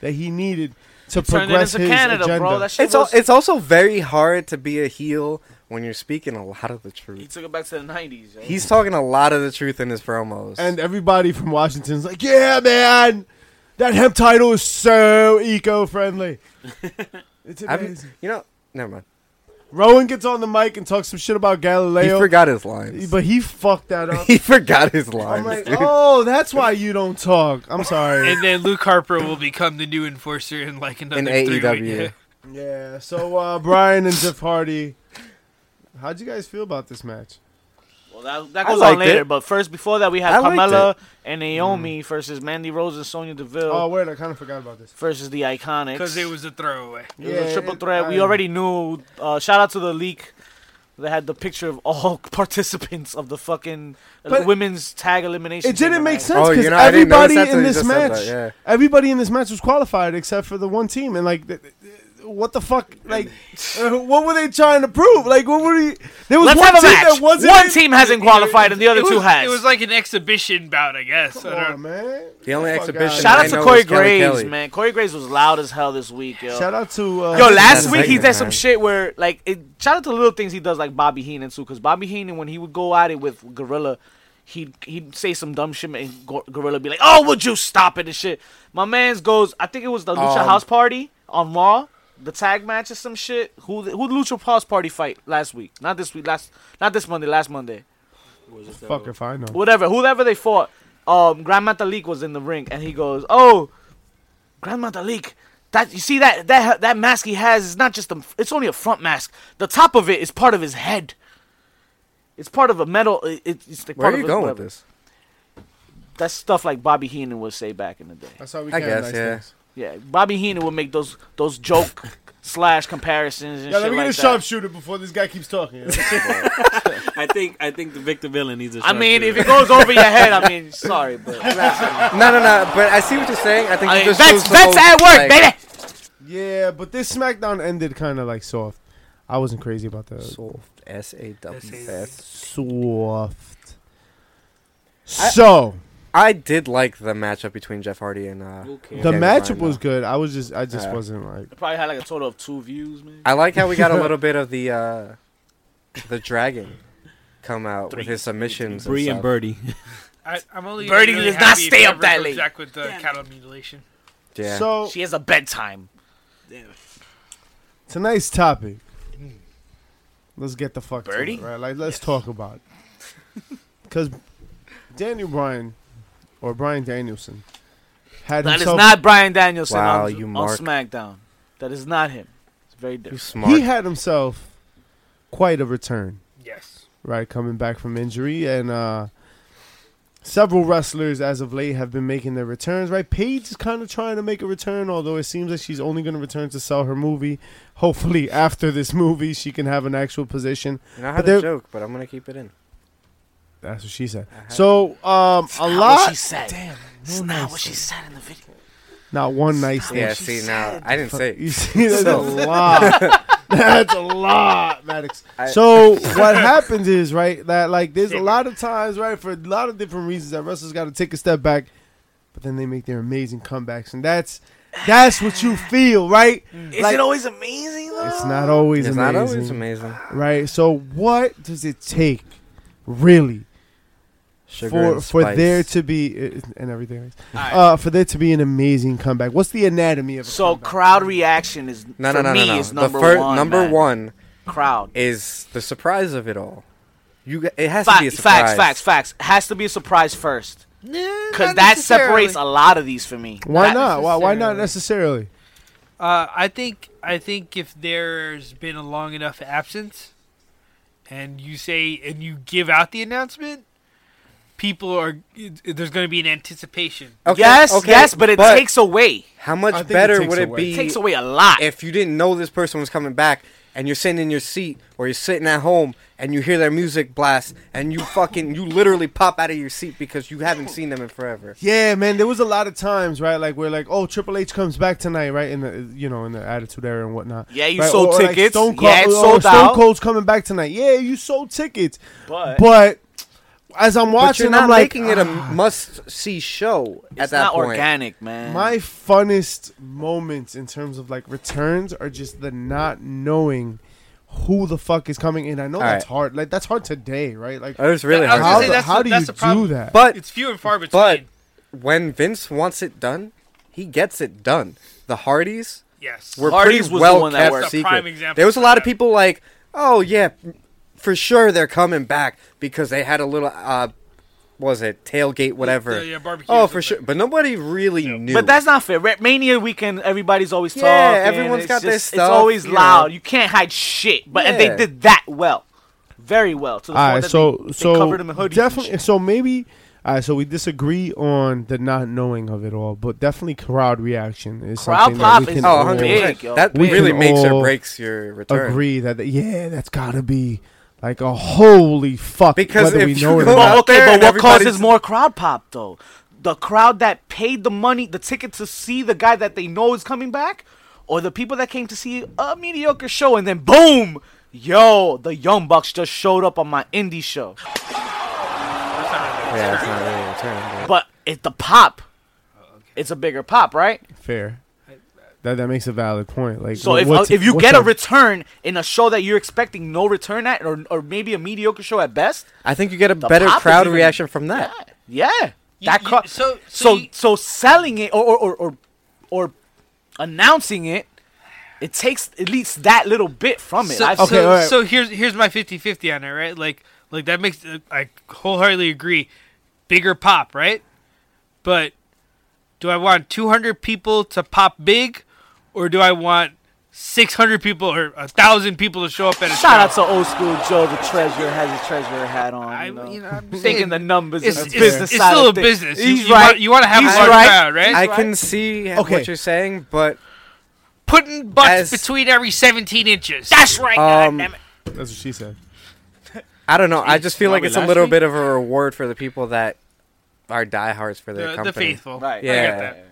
Speaker 2: that he needed to
Speaker 1: turned it
Speaker 2: progress
Speaker 1: into
Speaker 2: his
Speaker 1: Canada,
Speaker 2: agenda.
Speaker 1: bro. That shit
Speaker 3: It's, al-
Speaker 1: was,
Speaker 3: it's also very hard to be a heel when you're speaking a lot of the
Speaker 1: he
Speaker 3: truth.
Speaker 1: took it back to the nineties.
Speaker 3: He's talking a lot of the truth in his promos.
Speaker 2: and everybody from Washington's like, yeah, man, that hemp title is so eco friendly. it's
Speaker 3: I've-
Speaker 2: amazing.
Speaker 3: you know, never mind.
Speaker 2: Rowan gets on the mic and talks some shit about
Speaker 3: He
Speaker 2: Galileo.
Speaker 3: forgot his lines.
Speaker 2: But he fucked that up.
Speaker 3: he forgot his lines.
Speaker 2: I'm like,
Speaker 3: dude.
Speaker 2: oh, that's why you don't talk. I'm sorry.
Speaker 5: And then Luke Harper will become the new enforcer in like another
Speaker 3: in
Speaker 1: E
Speaker 5: three
Speaker 3: AEW.
Speaker 5: weeks.
Speaker 2: yeah. So uh, Brian and Jeff Hardy, how'd you guys feel about this match?
Speaker 1: Well, that, that
Speaker 3: I
Speaker 1: goes on
Speaker 3: liked
Speaker 1: later.
Speaker 3: it.
Speaker 1: But first, before that, we
Speaker 3: I
Speaker 1: had
Speaker 3: liked
Speaker 1: Carmella and Naomi versus Mandy Rose and Sonya Deville
Speaker 2: Mm. Oh, wait, I kind of forgot about this.
Speaker 1: versus the Iconics.
Speaker 5: Because it was a throwaway.
Speaker 1: It was a triple
Speaker 2: it-
Speaker 1: threat. we
Speaker 2: I-
Speaker 1: already knew. Uh, shout out to the leak that had the picture of all participants of the fucking
Speaker 2: But-
Speaker 1: women's tag elimination.
Speaker 2: It didn't
Speaker 1: chamber
Speaker 2: make
Speaker 1: match.
Speaker 2: sense
Speaker 3: Oh,
Speaker 2: because
Speaker 3: you know, I didn't notice
Speaker 2: everybody
Speaker 3: that till
Speaker 2: in
Speaker 3: you
Speaker 2: this
Speaker 3: just said
Speaker 2: match,
Speaker 3: that, yeah.
Speaker 2: everybody in this match was qualified except for the one team. And like, th- th- what the fuck? Like, uh, what were they trying to prove? Like, what were you? There was
Speaker 1: Let's
Speaker 2: one
Speaker 1: have a
Speaker 2: team
Speaker 1: match.
Speaker 2: that wasn't.
Speaker 1: One
Speaker 2: in-
Speaker 1: team hasn't qualified, and the other
Speaker 5: it was,
Speaker 1: two has.
Speaker 5: It was like an exhibition bout, I guess.
Speaker 2: Come
Speaker 5: I don't-
Speaker 2: on, Oh, man.
Speaker 3: The only
Speaker 2: Fuck
Speaker 3: exhibition-
Speaker 1: Shout
Speaker 3: I
Speaker 1: out to
Speaker 3: know
Speaker 1: Corey
Speaker 3: it's Kelly
Speaker 1: Graves,
Speaker 3: Kelly.
Speaker 1: man. Corey Graves was loud as hell this week, yo.
Speaker 2: Shout out to uh,
Speaker 1: Yo, last
Speaker 3: That's
Speaker 1: week he
Speaker 3: Vegas,
Speaker 1: did some
Speaker 3: man.
Speaker 1: shit where, like, it, shout out to the little things he does, like Bobby Heenan too, because Bobby Heenan, when he would go at it with Gorilla, he'd he'd say some dumb shit and Go- Gorilla be like, "Oh, would you stop it?" and shit. My man's goes, I think it was the Lucha
Speaker 3: Um,
Speaker 1: House Party on Raw, the tag match or some shit. Who who the Lucha House Party fight last week? Not this week, last not this Monday, last Monday.
Speaker 2: fuck if I know.
Speaker 1: Whatever, whoever they fought, um, Grand Metalik was in the ring, and he goes, "Oh, Grand Metalik, that you see that that that mask he has is not just a, it's only a front mask. The top of it is part of his head. It's part of a metal. It, it's like
Speaker 3: Where
Speaker 1: part
Speaker 3: are
Speaker 1: of
Speaker 3: you
Speaker 1: his-
Speaker 3: going with
Speaker 1: whatever.
Speaker 3: this?
Speaker 1: That's stuff like Bobby Heenan would say back in the day.
Speaker 2: That's how we
Speaker 3: I
Speaker 2: can
Speaker 3: guess,
Speaker 2: nice
Speaker 3: yeah.
Speaker 2: things.
Speaker 1: Yeah, Bobby Heenan would make those those joke slash comparisons and
Speaker 2: Yeah,
Speaker 1: shit
Speaker 2: let me
Speaker 1: like
Speaker 2: get a
Speaker 1: that.
Speaker 2: sharpshooter before this guy keeps talking.
Speaker 4: I think I think the Victor villain needs a.
Speaker 1: I mean, if
Speaker 4: sharpshooter.
Speaker 1: it goes over your head, I mean, sorry, but
Speaker 3: No, no, no. But I see what you're saying. I think
Speaker 1: I
Speaker 3: you
Speaker 1: mean,
Speaker 3: just
Speaker 1: that's
Speaker 3: chose the
Speaker 1: that's
Speaker 3: most,
Speaker 1: at work,
Speaker 3: like,
Speaker 1: baby.
Speaker 2: yeah, but this SmackDown ended kind of like soft. I wasn't crazy about the
Speaker 3: Soft S A W
Speaker 5: S A W.
Speaker 3: S.
Speaker 2: soft. So
Speaker 3: I did like the matchup between Jeff Hardy and uh,
Speaker 4: Who cares?
Speaker 2: the
Speaker 3: Daniel
Speaker 2: matchup
Speaker 3: Bryan,
Speaker 2: was
Speaker 3: though.
Speaker 2: good. I was just I just
Speaker 3: Yeah.
Speaker 2: wasn't like
Speaker 1: It probably had like a total of two views, man.
Speaker 3: I like how we got a little bit of the uh, the dragon come out with his submissions.
Speaker 4: Bree
Speaker 3: and
Speaker 4: and
Speaker 3: stuff.
Speaker 4: Birdie.
Speaker 5: I, I'm only
Speaker 1: Birdie
Speaker 5: really
Speaker 1: does not
Speaker 5: happy if
Speaker 1: stay
Speaker 5: it
Speaker 1: up
Speaker 5: ever
Speaker 1: that
Speaker 5: comes
Speaker 1: late.
Speaker 5: Back with the
Speaker 1: Damn it.
Speaker 5: cattle mutilation.
Speaker 3: Yeah.
Speaker 2: so.
Speaker 1: She has a bedtime.
Speaker 2: Tonight's topic. Let's get the fuck
Speaker 1: Hmm. Birdie?
Speaker 2: to it, right? Like, let's talk about it. Because Daniel Bryan, or Bryan Danielson, had
Speaker 1: That is
Speaker 2: himself.
Speaker 1: not Brian Danielson
Speaker 3: Wow,
Speaker 1: on,
Speaker 3: you
Speaker 1: on
Speaker 3: mark.
Speaker 1: SmackDown. That is not him. It's very
Speaker 3: you
Speaker 1: different.
Speaker 3: smart.
Speaker 2: he had himself quite a return,
Speaker 5: Yes.
Speaker 2: right? Coming back from injury. And uh, several wrestlers as of late have been making their returns, right? Paige is kind of trying to make a return, although it seems like she's only going to return to sell her movie. Hopefully, after this movie, she can have an actual position.
Speaker 3: and I
Speaker 2: but
Speaker 3: had
Speaker 2: there-
Speaker 3: a joke, but I'm gonna keep it in.
Speaker 2: That's what she said.
Speaker 3: Uh-huh.
Speaker 2: So, um, a
Speaker 1: Not What she
Speaker 2: lot.
Speaker 1: said.
Speaker 2: Damn,
Speaker 1: It's not what she said in the video.
Speaker 2: Not one nice thing.
Speaker 3: Yeah. See now, I didn't say.
Speaker 2: You see, that's
Speaker 3: So-
Speaker 2: a lot. that's a lot, Maddox.
Speaker 3: I-
Speaker 2: so what happens is right that like there's a
Speaker 5: Sick.
Speaker 2: lot of times right for a lot of different reasons that wrestlers got to take a step back, but then they make their amazing comebacks, and that's that's what you feel, right?
Speaker 3: Mm.
Speaker 1: Is
Speaker 2: Like-
Speaker 1: it always amazing though?
Speaker 2: It's not always
Speaker 3: It's
Speaker 2: amazing,
Speaker 3: not always amazing.
Speaker 2: right? So what does it take, really,
Speaker 3: Sugar
Speaker 2: for
Speaker 3: and
Speaker 2: for
Speaker 3: spice.
Speaker 2: there to be and everything? Else.
Speaker 1: Alright.
Speaker 2: uh, for there to be an amazing comeback. What's the anatomy of a
Speaker 1: so
Speaker 2: comeback?
Speaker 1: crowd reaction is
Speaker 3: No,
Speaker 1: for
Speaker 3: no, no,
Speaker 1: me
Speaker 3: no, no.
Speaker 1: is number
Speaker 3: the fir-
Speaker 1: one.
Speaker 3: number
Speaker 1: man.
Speaker 3: one
Speaker 1: crowd.
Speaker 3: is the surprise of it all. You, g- it has to be a
Speaker 1: Fact,
Speaker 3: surprise.
Speaker 1: facts, facts, facts. Has to be a surprise first, because
Speaker 5: Because
Speaker 1: that separates a lot of these for me.
Speaker 2: Why
Speaker 1: That-
Speaker 2: not? Why, why not necessarily?
Speaker 5: Uh, I think I think if there's been a long enough absence, and you say and you give out the announcement, people are there's going to be an anticipation.
Speaker 3: Okay,
Speaker 1: yes,
Speaker 3: okay,
Speaker 1: yes, but it takes away.
Speaker 3: How
Speaker 2: I
Speaker 3: much
Speaker 2: think it
Speaker 3: better
Speaker 2: takes
Speaker 3: would it
Speaker 2: away.
Speaker 1: It
Speaker 3: be
Speaker 1: takes away a lot.
Speaker 3: if you didn't know this person was coming back and you're sitting in your seat or you're sitting at home and you hear their music blast and you fucking you literally pop out of your seat because you haven't seen them in forever.
Speaker 2: Yeah, man. There was a lot of times, right? Like we're like, oh, Triple H comes back tonight, right? In the you know in the Attitude Era and whatnot.
Speaker 1: yeah, you
Speaker 2: Right?
Speaker 1: sold
Speaker 2: Or, like,
Speaker 1: tickets.
Speaker 2: Stone Cold,
Speaker 1: yeah, it's
Speaker 2: or
Speaker 1: sold
Speaker 2: Stone
Speaker 1: out.
Speaker 2: Cold's coming back tonight. Yeah, you sold tickets,
Speaker 1: but,
Speaker 2: but as I'm
Speaker 3: But you're
Speaker 2: watching,
Speaker 3: not
Speaker 2: I'm like, ah.
Speaker 3: making it a must see show at
Speaker 1: it's
Speaker 3: that
Speaker 1: not
Speaker 3: point.
Speaker 1: organic, man.
Speaker 2: My funnest moments in terms of like returns are just the not knowing who the fuck is coming in. I know
Speaker 3: All
Speaker 2: that's
Speaker 3: right.
Speaker 2: hard. Like that's hard today, right? Like
Speaker 3: It was really
Speaker 5: I was
Speaker 2: how,
Speaker 5: gonna
Speaker 3: hard.
Speaker 5: say
Speaker 2: the-
Speaker 5: that's
Speaker 2: how
Speaker 5: the-
Speaker 2: do you
Speaker 5: that's the problem.
Speaker 2: do that?
Speaker 3: but
Speaker 5: It's few and far between.
Speaker 3: but when Vince wants it done, he gets it done. The Hardys
Speaker 5: yes,
Speaker 3: were
Speaker 1: Hardys
Speaker 3: pretty
Speaker 1: was the
Speaker 3: well
Speaker 1: one that
Speaker 3: kept
Speaker 1: worked.
Speaker 5: That's a prime
Speaker 3: secret.
Speaker 5: example
Speaker 3: There was a
Speaker 5: of
Speaker 3: lot of
Speaker 5: that.
Speaker 3: people like, oh yeah, for sure they're coming back because they had a little, uh, what was it tailgate whatever?
Speaker 5: The, yeah, barbecue
Speaker 3: oh
Speaker 5: or
Speaker 3: for
Speaker 5: something.
Speaker 3: sure, but nobody really knew.
Speaker 1: But that's not fair. Rap Mania weekend, everybody's always
Speaker 3: Yeah,
Speaker 1: talking.
Speaker 3: everyone's
Speaker 1: It's
Speaker 3: got their
Speaker 1: just-
Speaker 3: stuff,
Speaker 1: It's always
Speaker 3: you
Speaker 1: loud.
Speaker 3: know.
Speaker 1: You can't hide shit. But and they
Speaker 3: Yeah.
Speaker 1: did that well, very well. To the
Speaker 2: all
Speaker 1: point
Speaker 2: right,
Speaker 1: that
Speaker 2: so
Speaker 1: they, they
Speaker 2: so
Speaker 1: covered them in hoodies. and
Speaker 2: definitely.
Speaker 1: shit.
Speaker 2: So maybe all right. So we disagree on the not knowing of it all, but definitely crowd reaction is
Speaker 1: Crowd
Speaker 2: something that
Speaker 1: pop
Speaker 2: we
Speaker 1: is
Speaker 2: can
Speaker 3: oh
Speaker 2: all
Speaker 3: 100
Speaker 1: big, yo.
Speaker 3: percent. That
Speaker 2: We can
Speaker 3: really makes
Speaker 2: all
Speaker 3: or breaks your return.
Speaker 2: agree that yeah, that's gotta be like a holy fuck
Speaker 3: Because
Speaker 2: whether
Speaker 3: if
Speaker 2: we
Speaker 3: you
Speaker 2: know it
Speaker 3: go
Speaker 2: or
Speaker 3: out
Speaker 2: not.
Speaker 1: But okay,
Speaker 3: there
Speaker 1: but
Speaker 3: and
Speaker 1: what causes
Speaker 3: everybody's-
Speaker 1: more crowd pop though? The crowd that paid the money, the ticket to see the guy that they know is coming back, or the people that came to see a mediocre show and then boom, yo, the Young Bucks just showed up on my indie show.
Speaker 5: That's not really
Speaker 3: Yeah, it's not really a return. but-
Speaker 1: But it's the pop. It's a bigger pop, right?
Speaker 2: Fair. That that makes a valid point. Like
Speaker 1: So
Speaker 2: wh-
Speaker 1: if uh,
Speaker 2: what's-
Speaker 1: if you
Speaker 2: what's
Speaker 1: get a
Speaker 2: the-
Speaker 1: return in a show that you're expecting no return at, or or maybe a mediocre show at best,
Speaker 3: I think you get a
Speaker 1: The
Speaker 3: better
Speaker 1: pop is
Speaker 3: crowd
Speaker 1: even-
Speaker 3: reaction from that.
Speaker 1: yeah,
Speaker 5: You-
Speaker 1: that
Speaker 5: you-
Speaker 1: crowd.
Speaker 5: so so,
Speaker 1: so
Speaker 5: you-
Speaker 1: so selling it or or, or or or announcing it it takes at least that little bit from it
Speaker 5: So,
Speaker 1: I've
Speaker 5: so,
Speaker 1: seen-
Speaker 2: Okay, all right.
Speaker 5: so here's here's my 50-50 on it, right? Like like that makes I wholeheartedly agree. Bigger pop, right? But do I want 200 people to pop big or do I want 600 people or 1,000 people to show up at a
Speaker 1: shout out
Speaker 5: show?
Speaker 1: to old school joe the treasurer has his treasurer hat on you know,
Speaker 5: I, you know, I'm
Speaker 1: thinking
Speaker 5: just saying,
Speaker 1: the numbers
Speaker 5: it's,
Speaker 1: and
Speaker 5: it's,
Speaker 1: the business
Speaker 5: it's
Speaker 1: side
Speaker 5: still a
Speaker 1: of things.
Speaker 5: business. You-
Speaker 1: He's
Speaker 5: you,
Speaker 1: right.
Speaker 5: Want, you want to have
Speaker 1: He's
Speaker 5: a large
Speaker 1: right.
Speaker 5: crowd, right?
Speaker 3: I
Speaker 1: right.
Speaker 3: can see
Speaker 2: Okay.
Speaker 3: what you're saying, but
Speaker 5: Putting butts
Speaker 3: As-
Speaker 5: between every 17 inches.
Speaker 1: that's right
Speaker 3: Um,
Speaker 1: goddamn it.
Speaker 2: That's what she said.
Speaker 3: I don't know. I just feel like
Speaker 4: Bobby
Speaker 3: it's a
Speaker 4: Lashley?
Speaker 3: little bit of a reward for the people that are diehards for their
Speaker 5: the, the
Speaker 3: company.
Speaker 5: faithful.
Speaker 1: Right.
Speaker 5: I
Speaker 3: Yeah.
Speaker 5: get that.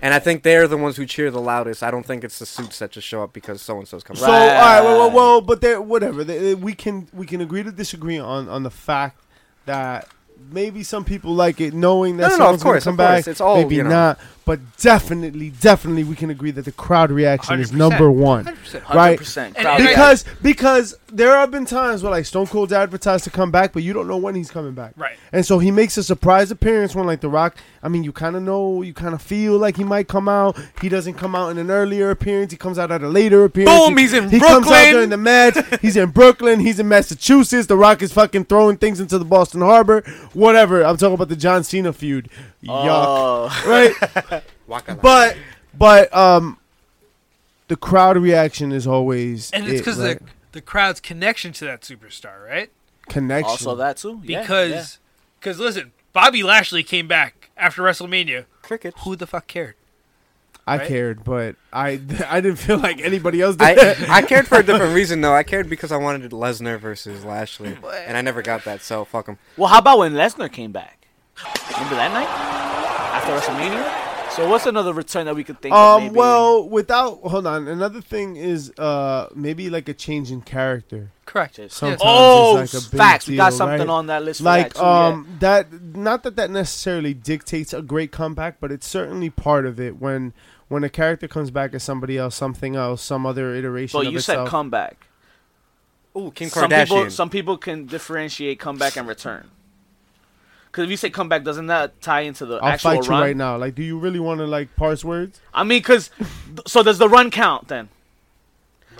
Speaker 3: And I think they're the ones who cheer the loudest. I don't think it's the suits that just show up because so and so's coming.
Speaker 2: So all right, well, well, well but there, whatever. They- they- we can we can agree to disagree on on the fact that maybe some people like it knowing that
Speaker 3: No, no, no,
Speaker 2: someone's
Speaker 3: of course,
Speaker 2: gonna
Speaker 3: of
Speaker 2: come
Speaker 3: course.
Speaker 2: back.
Speaker 3: It's all,
Speaker 2: maybe
Speaker 3: you know.
Speaker 2: not, but definitely, definitely, we can agree that the crowd reaction is
Speaker 5: 100%.
Speaker 2: number one.
Speaker 5: 100%.
Speaker 2: Right.
Speaker 1: 100%.
Speaker 5: And-
Speaker 1: crowd
Speaker 5: and I-
Speaker 1: reaction.
Speaker 2: Because because there have been times where like Stone Cold's advertised to come back, but you don't know when he's coming back.
Speaker 5: Right.
Speaker 2: And so he makes a surprise appearance when like The Rock. I mean, you kind of know, you kind of feel like he might come out. He doesn't come out in an earlier appearance. He comes out at a later appearance.
Speaker 1: Boom,
Speaker 2: He-
Speaker 1: he's in
Speaker 2: he comes out
Speaker 1: Brooklyn.
Speaker 2: during the match. he's in Brooklyn. He's in Massachusetts. The Rock is fucking throwing things into the Boston Harbor. Whatever. I'm talking about the John Cena feud. Yuck.
Speaker 1: Oh,
Speaker 2: Right.
Speaker 3: Waka
Speaker 2: But but um, the crowd reaction is always
Speaker 5: And it's
Speaker 2: it,
Speaker 5: because
Speaker 2: right?
Speaker 5: the the crowd's connection to that superstar, right?
Speaker 2: connection.
Speaker 1: also that too. Yeah, yeah.
Speaker 5: Because because listen, Bobby Lashley came back after WrestleMania.
Speaker 3: cricket.
Speaker 5: Who the fuck cared?
Speaker 2: I
Speaker 5: right?
Speaker 2: cared, but I I didn't feel like anybody else did.
Speaker 3: I, I cared for a different reason though. I cared because I wanted Lesnar versus Lashley, and I never got that. So fuck him.
Speaker 1: Well, how about when Lesnar came back? Remember that night after WrestleMania? So what's another return that we could think of?
Speaker 2: um,
Speaker 1: maybe?
Speaker 2: well, without hold on, another thing is uh maybe like a change in character.
Speaker 5: Correct.
Speaker 1: Just-
Speaker 2: Sometimes
Speaker 1: oh,
Speaker 2: it's like a big
Speaker 1: facts. we got
Speaker 2: deal,
Speaker 1: something
Speaker 2: right?
Speaker 1: on that list. For
Speaker 2: Like
Speaker 1: that too,
Speaker 2: um that not that that necessarily dictates a great comeback, but it's certainly part of it when when a character comes back as somebody else, something else, some other
Speaker 1: yeah.
Speaker 2: iteration.
Speaker 1: So
Speaker 2: of
Speaker 1: you
Speaker 2: itself.
Speaker 1: said comeback.
Speaker 3: Ooh, Kim
Speaker 1: Some
Speaker 3: Kardashian.
Speaker 1: people, some people can differentiate comeback and return. Because if you say comeback, doesn't that tie into the
Speaker 2: I'll
Speaker 1: actual
Speaker 2: fight you
Speaker 1: run?
Speaker 2: right now. Like, do you really want to like parse words?
Speaker 1: I mean, because so does the run count then?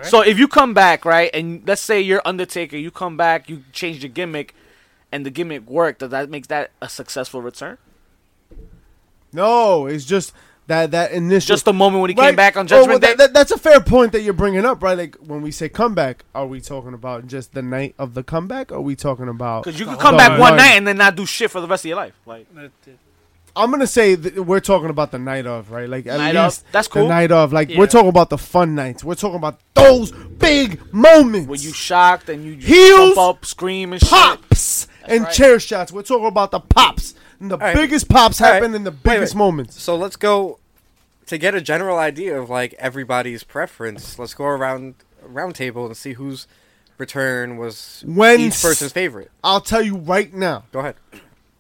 Speaker 1: So if you come back right, and let's say you're Undertaker, you come back, you change the gimmick, and the gimmick worked. Does that make that a successful return?
Speaker 2: No, it's just that that initial
Speaker 1: Just the moment when he
Speaker 2: Right.
Speaker 1: came back on
Speaker 2: Oh, well,
Speaker 1: Judgment Day.
Speaker 2: that- that- that's a fair point that you're bringing up, right? Like when we say comeback, are we talking about just the night of the comeback? Or are we talking about?
Speaker 1: Because you could
Speaker 5: the
Speaker 1: come
Speaker 5: whole
Speaker 1: back one
Speaker 2: run.
Speaker 1: night and then not do shit for the rest of your life. Like
Speaker 2: I'm gonna say that we're talking about the night of, right? Like at
Speaker 1: Night of.
Speaker 2: least
Speaker 1: That's
Speaker 2: the
Speaker 1: cool.
Speaker 2: night of. Like
Speaker 5: Yeah.
Speaker 2: we're talking about the fun nights. We're talking about those big moments.
Speaker 1: when you shocked and you
Speaker 2: Heels,
Speaker 1: jump up, scream and shit.
Speaker 2: pops and
Speaker 1: right.
Speaker 2: chair shots. We're talking about the pops. And the
Speaker 3: All right.
Speaker 2: biggest pops
Speaker 3: All right.
Speaker 2: happen in the
Speaker 3: Wait,
Speaker 2: biggest
Speaker 3: wait.
Speaker 2: moments.
Speaker 3: So let's go to get a general idea of like everybody's preference. Let's go around round table and see whose return was
Speaker 2: When
Speaker 3: each
Speaker 2: s-
Speaker 3: person's favorite.
Speaker 2: I'll tell you right now.
Speaker 3: Go ahead.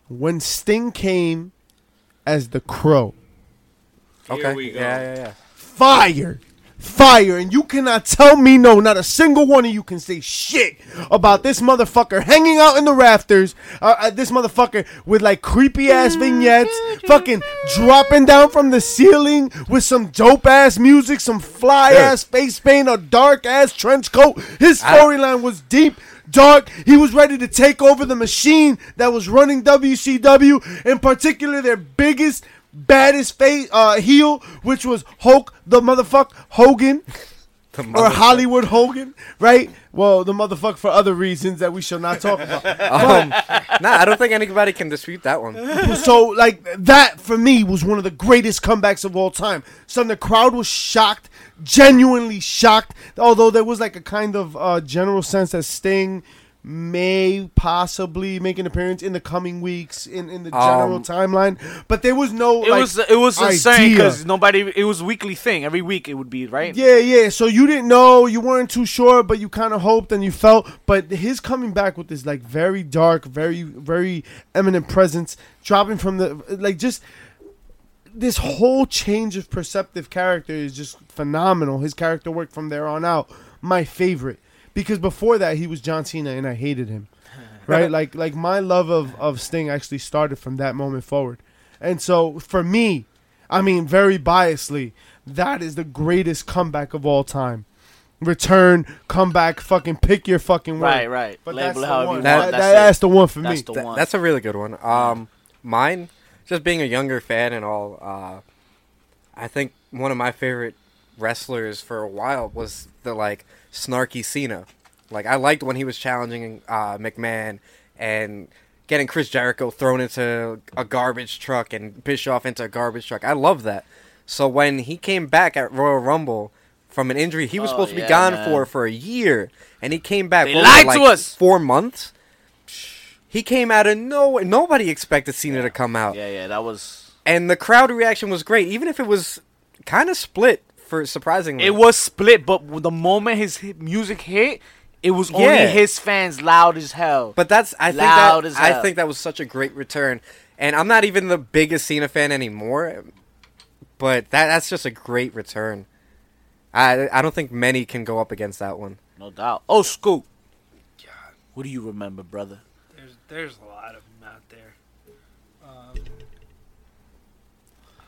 Speaker 2: When Sting came as the Crow,
Speaker 3: Okay.
Speaker 4: we go.
Speaker 3: Yeah, yeah, yeah.
Speaker 2: fire. Fire. And you cannot tell me no. Not a single one of you can say shit about this motherfucker hanging out in the rafters. Uh, uh, this motherfucker with like creepy ass vignettes, fucking dropping down from the ceiling with some dope ass music, some fly ass face paint, a dark ass trench coat. His
Speaker 3: I-
Speaker 2: storyline was deep. Dark, he was ready to take over the machine that was running WCW, in particular their biggest baddest face uh, heel, which was Hulk the motherfuck Hogan
Speaker 3: The
Speaker 2: or
Speaker 3: mother-
Speaker 2: Hollywood Hogan, right? Well, the motherfuck for other reasons that we shall not talk about.
Speaker 3: Um, nah, I don't think anybody can dispute that one.
Speaker 2: so, like that for me was one of the greatest comebacks of all time. Some the crowd was shocked, genuinely shocked. Although there was like a kind of uh, general sense that Sting may possibly make an appearance in the coming weeks in, in the general
Speaker 3: Um,
Speaker 2: timeline, but there was no
Speaker 1: It
Speaker 2: like,
Speaker 1: was it was insane
Speaker 2: idea.
Speaker 1: because nobody. It was a weekly thing. Every week it would be right.
Speaker 2: Yeah, yeah. So you didn't know, you weren't too sure, but you kind of hoped and you felt. But his coming back with this like very dark, very very eminent presence, dropping from the like just this whole change of perceptive character is just phenomenal. His character work from there on out, my favorite. Because before that, he was John Cena, and I hated him. Right? like, like my love of, of Sting actually started from that moment forward. And so, for me, I mean, very biasly, that is the greatest comeback of all time. Return, comeback, fucking pick your fucking word.
Speaker 1: Right, right.
Speaker 2: But
Speaker 1: Label
Speaker 2: that's
Speaker 1: it however
Speaker 2: the
Speaker 1: you
Speaker 2: one.
Speaker 1: want.
Speaker 2: That,
Speaker 1: That's
Speaker 2: that-
Speaker 1: it.
Speaker 2: that's the one for
Speaker 1: That's
Speaker 2: me.
Speaker 1: the
Speaker 3: Th-
Speaker 1: one.
Speaker 3: that's a really good one. Um, mine, just being a younger fan and all, uh, I think one of my favorite wrestlers for a while was the like snarky Cena. Like I liked when he was challenging uh, McMahon and getting Chris Jericho thrown into a garbage truck and Bischoff into a garbage truck. I love that. So when he came back at Royal Rumble from an injury he was
Speaker 1: Oh,
Speaker 3: supposed to be
Speaker 1: yeah,
Speaker 3: gone
Speaker 1: man.
Speaker 3: for for a year, and he came back.
Speaker 1: They
Speaker 3: what was
Speaker 1: lied
Speaker 3: it,
Speaker 1: to
Speaker 3: like,
Speaker 1: us.
Speaker 3: Four months. He came out of nowhere. Nobody expected Cena to come out.
Speaker 1: yeah, yeah. That was.
Speaker 3: And the crowd reaction was great, even if it was kind of split for surprisingly.
Speaker 1: It was split, but the moment his hit- music hit, It was only
Speaker 3: Yeah.
Speaker 1: his fans loud as hell.
Speaker 3: But that's I think
Speaker 1: Loud
Speaker 3: that
Speaker 1: as
Speaker 3: I
Speaker 1: hell.
Speaker 3: think that was such a great return, and I'm not even the biggest Cena fan anymore, but that that's just a great return. I I don't think many can go up against that one.
Speaker 1: no doubt. Oh, Scoop.
Speaker 5: God.
Speaker 1: What do you remember, brother?
Speaker 5: There's there's a lot of them out there. Um,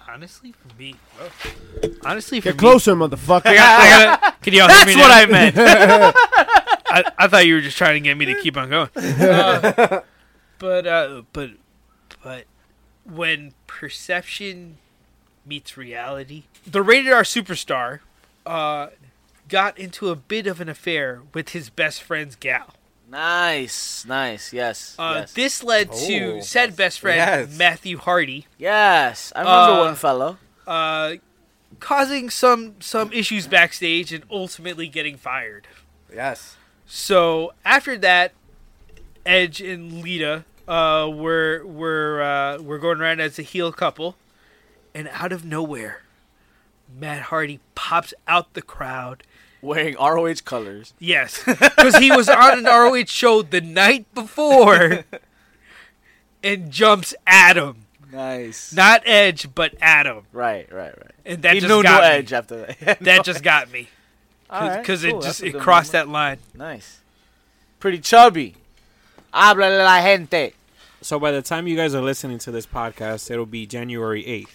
Speaker 5: honestly, for me, bro. honestly, for
Speaker 2: Get
Speaker 5: me-
Speaker 2: closer, motherfucker.
Speaker 5: I got- I got- can y'all
Speaker 1: That's what I
Speaker 5: I
Speaker 1: meant.
Speaker 5: I, I thought you were just trying to get me to keep on going. Uh, but uh, but but when perception meets reality, the rated R superstar uh, got into a bit of an affair with his best friend's gal.
Speaker 1: nice, nice. Yes.
Speaker 5: Uh,
Speaker 1: yes.
Speaker 5: This led
Speaker 3: Oh.
Speaker 5: to said best friend
Speaker 3: Yes.
Speaker 5: Matthew Hardy
Speaker 1: yes. I remember
Speaker 5: Uh,
Speaker 1: one fellow.
Speaker 5: uh, causing some some issues backstage and ultimately getting fired.
Speaker 3: Yes.
Speaker 5: So after that, Edge and Lita uh, were were uh, were going around as a heel couple, and out of nowhere, Matt Hardy pops out the crowd.
Speaker 1: Wearing ROH colors.
Speaker 5: Yes, because he was on an ROH show the night before, and jumps Adam,
Speaker 1: Nice.
Speaker 5: not Edge, but Adam,
Speaker 1: right, right, right.
Speaker 5: and that
Speaker 1: he
Speaker 5: just
Speaker 1: knew no
Speaker 5: got me.
Speaker 1: edge after that.
Speaker 5: That just got me
Speaker 1: Alright,
Speaker 5: because
Speaker 1: cool,
Speaker 5: it
Speaker 1: that's
Speaker 5: just
Speaker 1: a
Speaker 5: it
Speaker 1: good
Speaker 5: crossed
Speaker 1: moment.
Speaker 5: that line.
Speaker 1: Nice. Pretty chubby. Habla la gente.
Speaker 4: So by the time you guys are listening to this podcast, it'll be January 8th,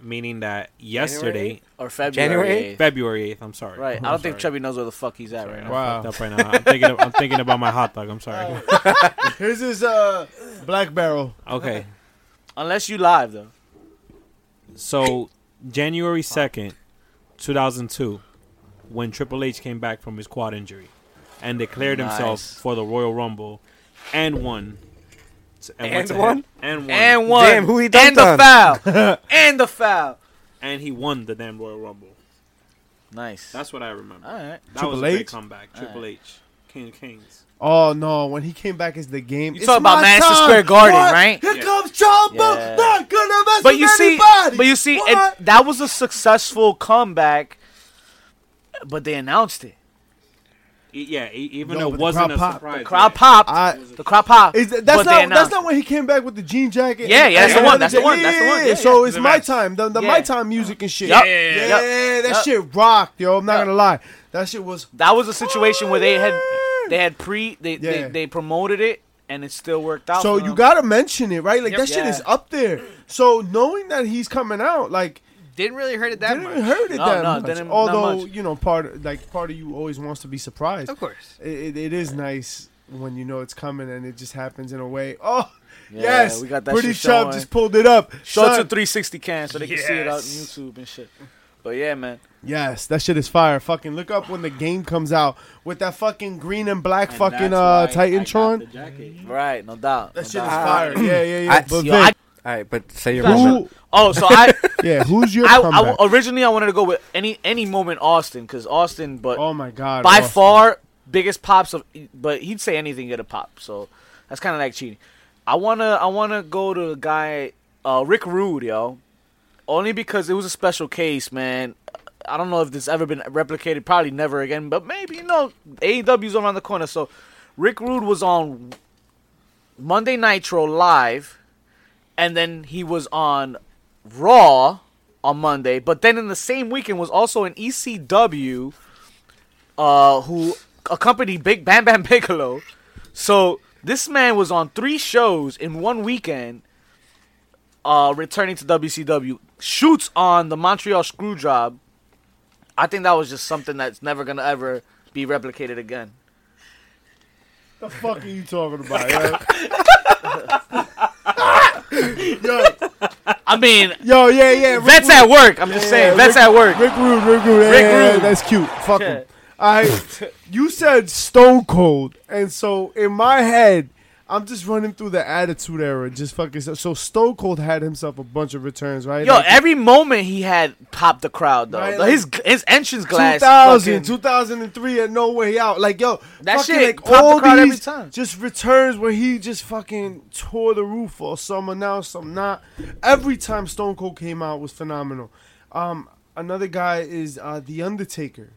Speaker 4: meaning that yesterday,
Speaker 1: Or February.
Speaker 3: January
Speaker 1: eighth.
Speaker 4: February 8th, I'm sorry.
Speaker 1: Right.
Speaker 4: I'm
Speaker 1: I don't think
Speaker 4: sorry.
Speaker 1: Chubby knows where the fuck he's at right now.
Speaker 4: I'm fucked up right now. I'm thinking, of- I'm thinking about my hot dog. I'm sorry.
Speaker 2: Here's his uh, black barrel.
Speaker 1: Oh.
Speaker 4: Okay.
Speaker 1: Unless you live though.
Speaker 4: So January 2nd, 2002, when Triple H came back from his quad injury and declared himself
Speaker 1: Nice.
Speaker 4: for the Royal Rumble and won. S-
Speaker 3: And
Speaker 4: went to
Speaker 3: won?
Speaker 4: hell- And won.
Speaker 1: And one.
Speaker 3: Damn, who he dunked
Speaker 1: And the
Speaker 3: on?
Speaker 1: foul. and the foul.
Speaker 4: And he won the damn Royal Rumble.
Speaker 1: Nice.
Speaker 4: That's what I remember.
Speaker 1: all right.
Speaker 4: That was
Speaker 2: Triple
Speaker 4: a great
Speaker 2: H?
Speaker 4: comeback. Triple H. King of Kings.
Speaker 2: Oh no! When he came back as the game,
Speaker 1: You
Speaker 2: "It's
Speaker 1: talk about
Speaker 2: my
Speaker 1: Madison
Speaker 2: time.
Speaker 1: Square Garden,
Speaker 2: What?
Speaker 1: right?
Speaker 2: Here
Speaker 4: Yeah.
Speaker 2: comes Chumba,
Speaker 1: Yeah.
Speaker 2: not gonna mess
Speaker 1: But
Speaker 2: with
Speaker 1: you see,
Speaker 2: anybody.
Speaker 1: but you see,
Speaker 2: What?
Speaker 1: it, that was a successful comeback. But they announced it.
Speaker 4: E- yeah, e- even
Speaker 2: No,
Speaker 4: though
Speaker 2: but
Speaker 4: it
Speaker 2: the
Speaker 4: wasn't
Speaker 2: crowd
Speaker 4: a
Speaker 2: popped.
Speaker 4: surprise.
Speaker 1: The crowd
Speaker 4: yeah.
Speaker 1: popped.
Speaker 2: I-
Speaker 1: the crowd popped.
Speaker 2: Is that, that's
Speaker 1: but they
Speaker 2: not that's
Speaker 1: announced
Speaker 2: not when he came back with the jean jacket.
Speaker 1: Yeah, yeah, that's
Speaker 5: the
Speaker 1: one, that's the one,
Speaker 2: Yeah,
Speaker 1: that's the one.
Speaker 2: yeah,
Speaker 1: Yeah, yeah,
Speaker 2: so it's
Speaker 5: the
Speaker 2: my
Speaker 5: rest.
Speaker 2: time, the, the
Speaker 1: Yeah.
Speaker 2: my time music and shit.
Speaker 1: Yup.
Speaker 5: Yeah, yeah,
Speaker 2: yeah,
Speaker 5: yeah.
Speaker 2: that
Speaker 1: Yup.
Speaker 2: shit rocked, yo. I'm not
Speaker 1: Yup.
Speaker 2: gonna lie, that shit was.
Speaker 1: that was a situation where they had they had pre they
Speaker 2: Yeah.
Speaker 1: they, they promoted it and it still worked out.
Speaker 2: So
Speaker 1: for
Speaker 2: you
Speaker 1: them.
Speaker 2: gotta mention it, right? Like
Speaker 5: Yep.
Speaker 2: that shit
Speaker 1: Yeah.
Speaker 2: is up there. So knowing that he's coming out, like
Speaker 5: Didn't really hurt it that
Speaker 2: didn't
Speaker 5: much.
Speaker 2: hurt it
Speaker 1: No,
Speaker 2: that
Speaker 1: no,
Speaker 2: much.
Speaker 1: didn't- not
Speaker 2: Although
Speaker 1: much.
Speaker 2: you know, part like part of you always wants to be surprised.
Speaker 5: Of course.
Speaker 2: It, it, it is nice when you know it's coming and it just happens in a way. Oh
Speaker 1: Yeah,
Speaker 2: yes,
Speaker 1: we got that
Speaker 2: Pretty
Speaker 1: shit
Speaker 2: Chub
Speaker 1: showing.
Speaker 2: just pulled it up.
Speaker 1: Show it to
Speaker 2: Son.
Speaker 1: 360 cam so they can see it out on
Speaker 5: Yes.
Speaker 1: YouTube and shit. But yeah, man.
Speaker 2: Yes, that shit is fire. Fucking look up when the game comes out with that fucking green and black
Speaker 4: And
Speaker 2: fucking uh
Speaker 4: that's why I got the
Speaker 2: Titantron.
Speaker 4: jacket.
Speaker 1: Right, no doubt. no
Speaker 2: That shit is
Speaker 1: doubt.
Speaker 2: fire. Yeah, yeah, yeah.
Speaker 3: I-
Speaker 2: but
Speaker 1: Yo, I-
Speaker 3: All right, but say your
Speaker 2: Vic,
Speaker 3: moment.
Speaker 2: who?
Speaker 1: oh, so I,
Speaker 2: Yeah, who's your
Speaker 1: I,
Speaker 2: comeback?
Speaker 1: I- originally I wanted to go with any any moment Austin because Austin, but
Speaker 2: oh my god!
Speaker 1: by
Speaker 2: Austin.
Speaker 1: far biggest pops of, but he'd say anything get a pop. So that's kind of like cheating. I wanna I wanna go to a guy, uh, Rick Rude, yo, only because it was a special case, man. I don't know if this ever been replicated, probably never again, but maybe you know AEW's around the corner. So Rick Rude was on Monday Nitro live, and then he was on Raw on Monday, but then in the same weekend was also in E ECW, uh, who accompanied Big Bam Bam Piccolo. So this man was on three shows in one weekend, uh, returning to WCW. Shoots on the Montreal Screwjob. I think that was just something that's never gonna ever be replicated again.
Speaker 2: The fuck are you talking about? Yo, yo,
Speaker 1: I mean,
Speaker 2: yo, yeah, yeah. Rick
Speaker 1: vets
Speaker 2: Rude.
Speaker 1: at work. I'm just saying,
Speaker 2: Yeah,
Speaker 1: vets
Speaker 2: Rick-
Speaker 1: at work.
Speaker 2: Rick Rude, Rick Rude,
Speaker 1: Rick
Speaker 2: Rick Rude.
Speaker 1: Rude.
Speaker 2: That's cute. Fuck him.
Speaker 1: Okay.
Speaker 2: I, you said Stone Cold, and so in my head, I'm just running through the Attitude Era, just fucking. So, so Stone Cold had himself a bunch of returns, right?
Speaker 1: Yo,
Speaker 2: Like,
Speaker 1: every moment he had popped the crowd though.
Speaker 2: Right, like-
Speaker 1: his his entrance glass.
Speaker 2: 2000,
Speaker 1: fucking-
Speaker 2: 2003, and No Way Out. Like yo,
Speaker 1: That
Speaker 2: fucking,
Speaker 1: shit
Speaker 2: like,
Speaker 1: popped the
Speaker 2: all
Speaker 1: crowd every
Speaker 2: these
Speaker 1: time.
Speaker 2: Just returns where he just fucking tore the roof off. Some are now, some not. Every time Stone Cold came out was phenomenal. Um, another guy is uh, the Undertaker.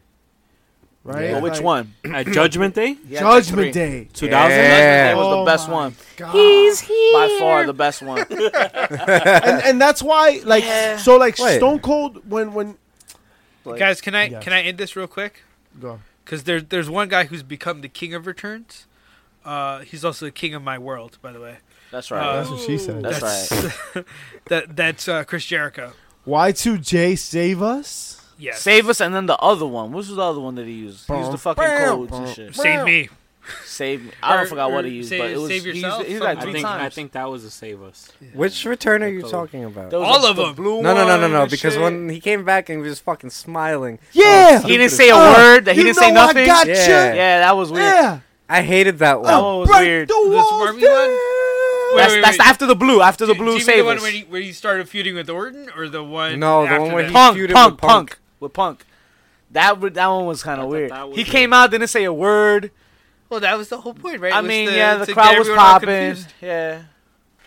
Speaker 2: right?
Speaker 1: But which
Speaker 2: Like,
Speaker 1: one?
Speaker 4: At Judgment Day,
Speaker 1: He had like three.
Speaker 2: Judgment Day.
Speaker 4: 2000.
Speaker 1: Judgment Day was
Speaker 2: Oh
Speaker 1: the best
Speaker 2: my
Speaker 1: one.
Speaker 2: God.
Speaker 1: By far the best one.
Speaker 2: and, and that's why, like,
Speaker 1: Yeah.
Speaker 2: so, like,
Speaker 3: Wait.
Speaker 2: Stone Cold, when, when,
Speaker 1: Like,
Speaker 5: Guys, can I
Speaker 2: Yes.
Speaker 5: can I end this real quick?
Speaker 2: go.
Speaker 5: Because there, there's one guy who's become the king of returns. Uh, he's also the king of my world, by the way.
Speaker 1: that's
Speaker 5: Uh,
Speaker 1: right.
Speaker 2: That's what she said.
Speaker 1: That's
Speaker 5: that that's uh, Chris Jericho.
Speaker 2: Y2J save us?
Speaker 5: Yes.
Speaker 1: Save us, and then the other one. What was the other one that he used? He used the
Speaker 2: Bum,
Speaker 1: fucking
Speaker 2: bam,
Speaker 1: codes and shit.
Speaker 5: Save me.
Speaker 1: Save me. I don't
Speaker 5: Or-
Speaker 1: forgot what he
Speaker 5: or
Speaker 1: used,
Speaker 5: save-
Speaker 1: but it was
Speaker 5: save
Speaker 1: he used
Speaker 5: yourself,
Speaker 1: it- he used it like
Speaker 4: I
Speaker 1: three
Speaker 4: think
Speaker 1: times.
Speaker 4: I think that was a save us.
Speaker 3: Which return are you
Speaker 4: Code.
Speaker 3: talking about?
Speaker 1: There was
Speaker 5: All
Speaker 1: a-
Speaker 5: of
Speaker 1: the
Speaker 5: them.
Speaker 1: Blue
Speaker 3: No, no, no,
Speaker 1: one
Speaker 3: no, no.
Speaker 1: and
Speaker 3: Because
Speaker 1: shit.
Speaker 3: when he came back and he was fucking smiling.
Speaker 2: Yeah!
Speaker 1: he didn't say a
Speaker 2: Uh,
Speaker 1: word. That he
Speaker 2: you
Speaker 1: didn't say
Speaker 2: know I
Speaker 1: nothing.
Speaker 2: got
Speaker 1: yeah.
Speaker 3: ya.
Speaker 1: that was weird.
Speaker 2: Yeah.
Speaker 3: I hated that one.
Speaker 1: That one was
Speaker 2: Break
Speaker 1: weird.
Speaker 2: the
Speaker 1: That's-
Speaker 2: walls
Speaker 5: Barbie one?
Speaker 2: down.
Speaker 5: Wait,
Speaker 1: that's
Speaker 5: wait, wait.
Speaker 1: after the blue. After the blue
Speaker 5: Do you mean
Speaker 1: save
Speaker 5: the one
Speaker 1: us.
Speaker 5: where he, where he started feuding with Orton, or the one?
Speaker 3: No, the
Speaker 5: after
Speaker 3: one where
Speaker 5: that?
Speaker 3: he-
Speaker 1: punk,
Speaker 3: feuded
Speaker 1: punk,
Speaker 3: with
Speaker 1: punk,
Speaker 3: Punk.
Speaker 1: with punk. That wa- that one was kind of
Speaker 4: thought
Speaker 1: weird.
Speaker 4: that was
Speaker 1: He
Speaker 4: it.
Speaker 1: came out, didn't say a word.
Speaker 5: Well, that was the whole point, right?
Speaker 1: I
Speaker 5: Was
Speaker 1: mean,
Speaker 5: to-
Speaker 1: yeah, the
Speaker 5: to
Speaker 1: crowd
Speaker 5: get
Speaker 1: was
Speaker 5: everyone all
Speaker 1: popping.
Speaker 5: confused.
Speaker 1: Yeah,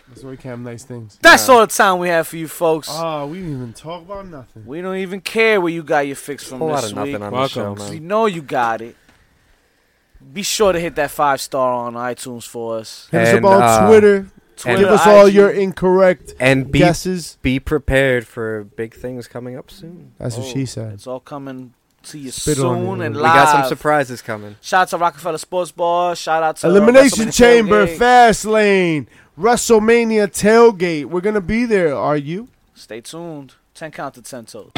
Speaker 2: That's where we can have nice things.
Speaker 1: that's all the time we have for you folks.
Speaker 5: Uh,
Speaker 2: Oh, we didn't even talk about nothing.
Speaker 1: we don't even care where you got your fix from
Speaker 3: Whole lot
Speaker 1: this
Speaker 3: of
Speaker 1: week.
Speaker 3: nothing on the show,
Speaker 4: Welcome.
Speaker 1: We
Speaker 3: man.
Speaker 1: know you got it. Be sure to hit that five star on iTunes for us.
Speaker 2: Hit us up
Speaker 3: And,
Speaker 2: on
Speaker 3: uh,
Speaker 2: Twitter.
Speaker 1: Twitter,
Speaker 2: Give us all
Speaker 1: IG.
Speaker 2: your incorrect
Speaker 3: And be
Speaker 2: guesses.
Speaker 3: be prepared for big things coming up soon.
Speaker 2: That's what
Speaker 1: Oh,
Speaker 2: she said.
Speaker 1: It's all coming to you
Speaker 2: Spit on it,
Speaker 1: soon
Speaker 2: man.
Speaker 1: and live.
Speaker 2: We
Speaker 3: We got some surprises coming.
Speaker 1: Shout out to Rockefeller Sports Bar. Shout out to
Speaker 2: Elimination
Speaker 1: uh, WrestleMania
Speaker 2: Chamber,
Speaker 1: Tailgate.
Speaker 2: Fast Lane, WrestleMania Tailgate. We're going to be there. Are you?
Speaker 1: Stay tuned. Ten count to ten toes.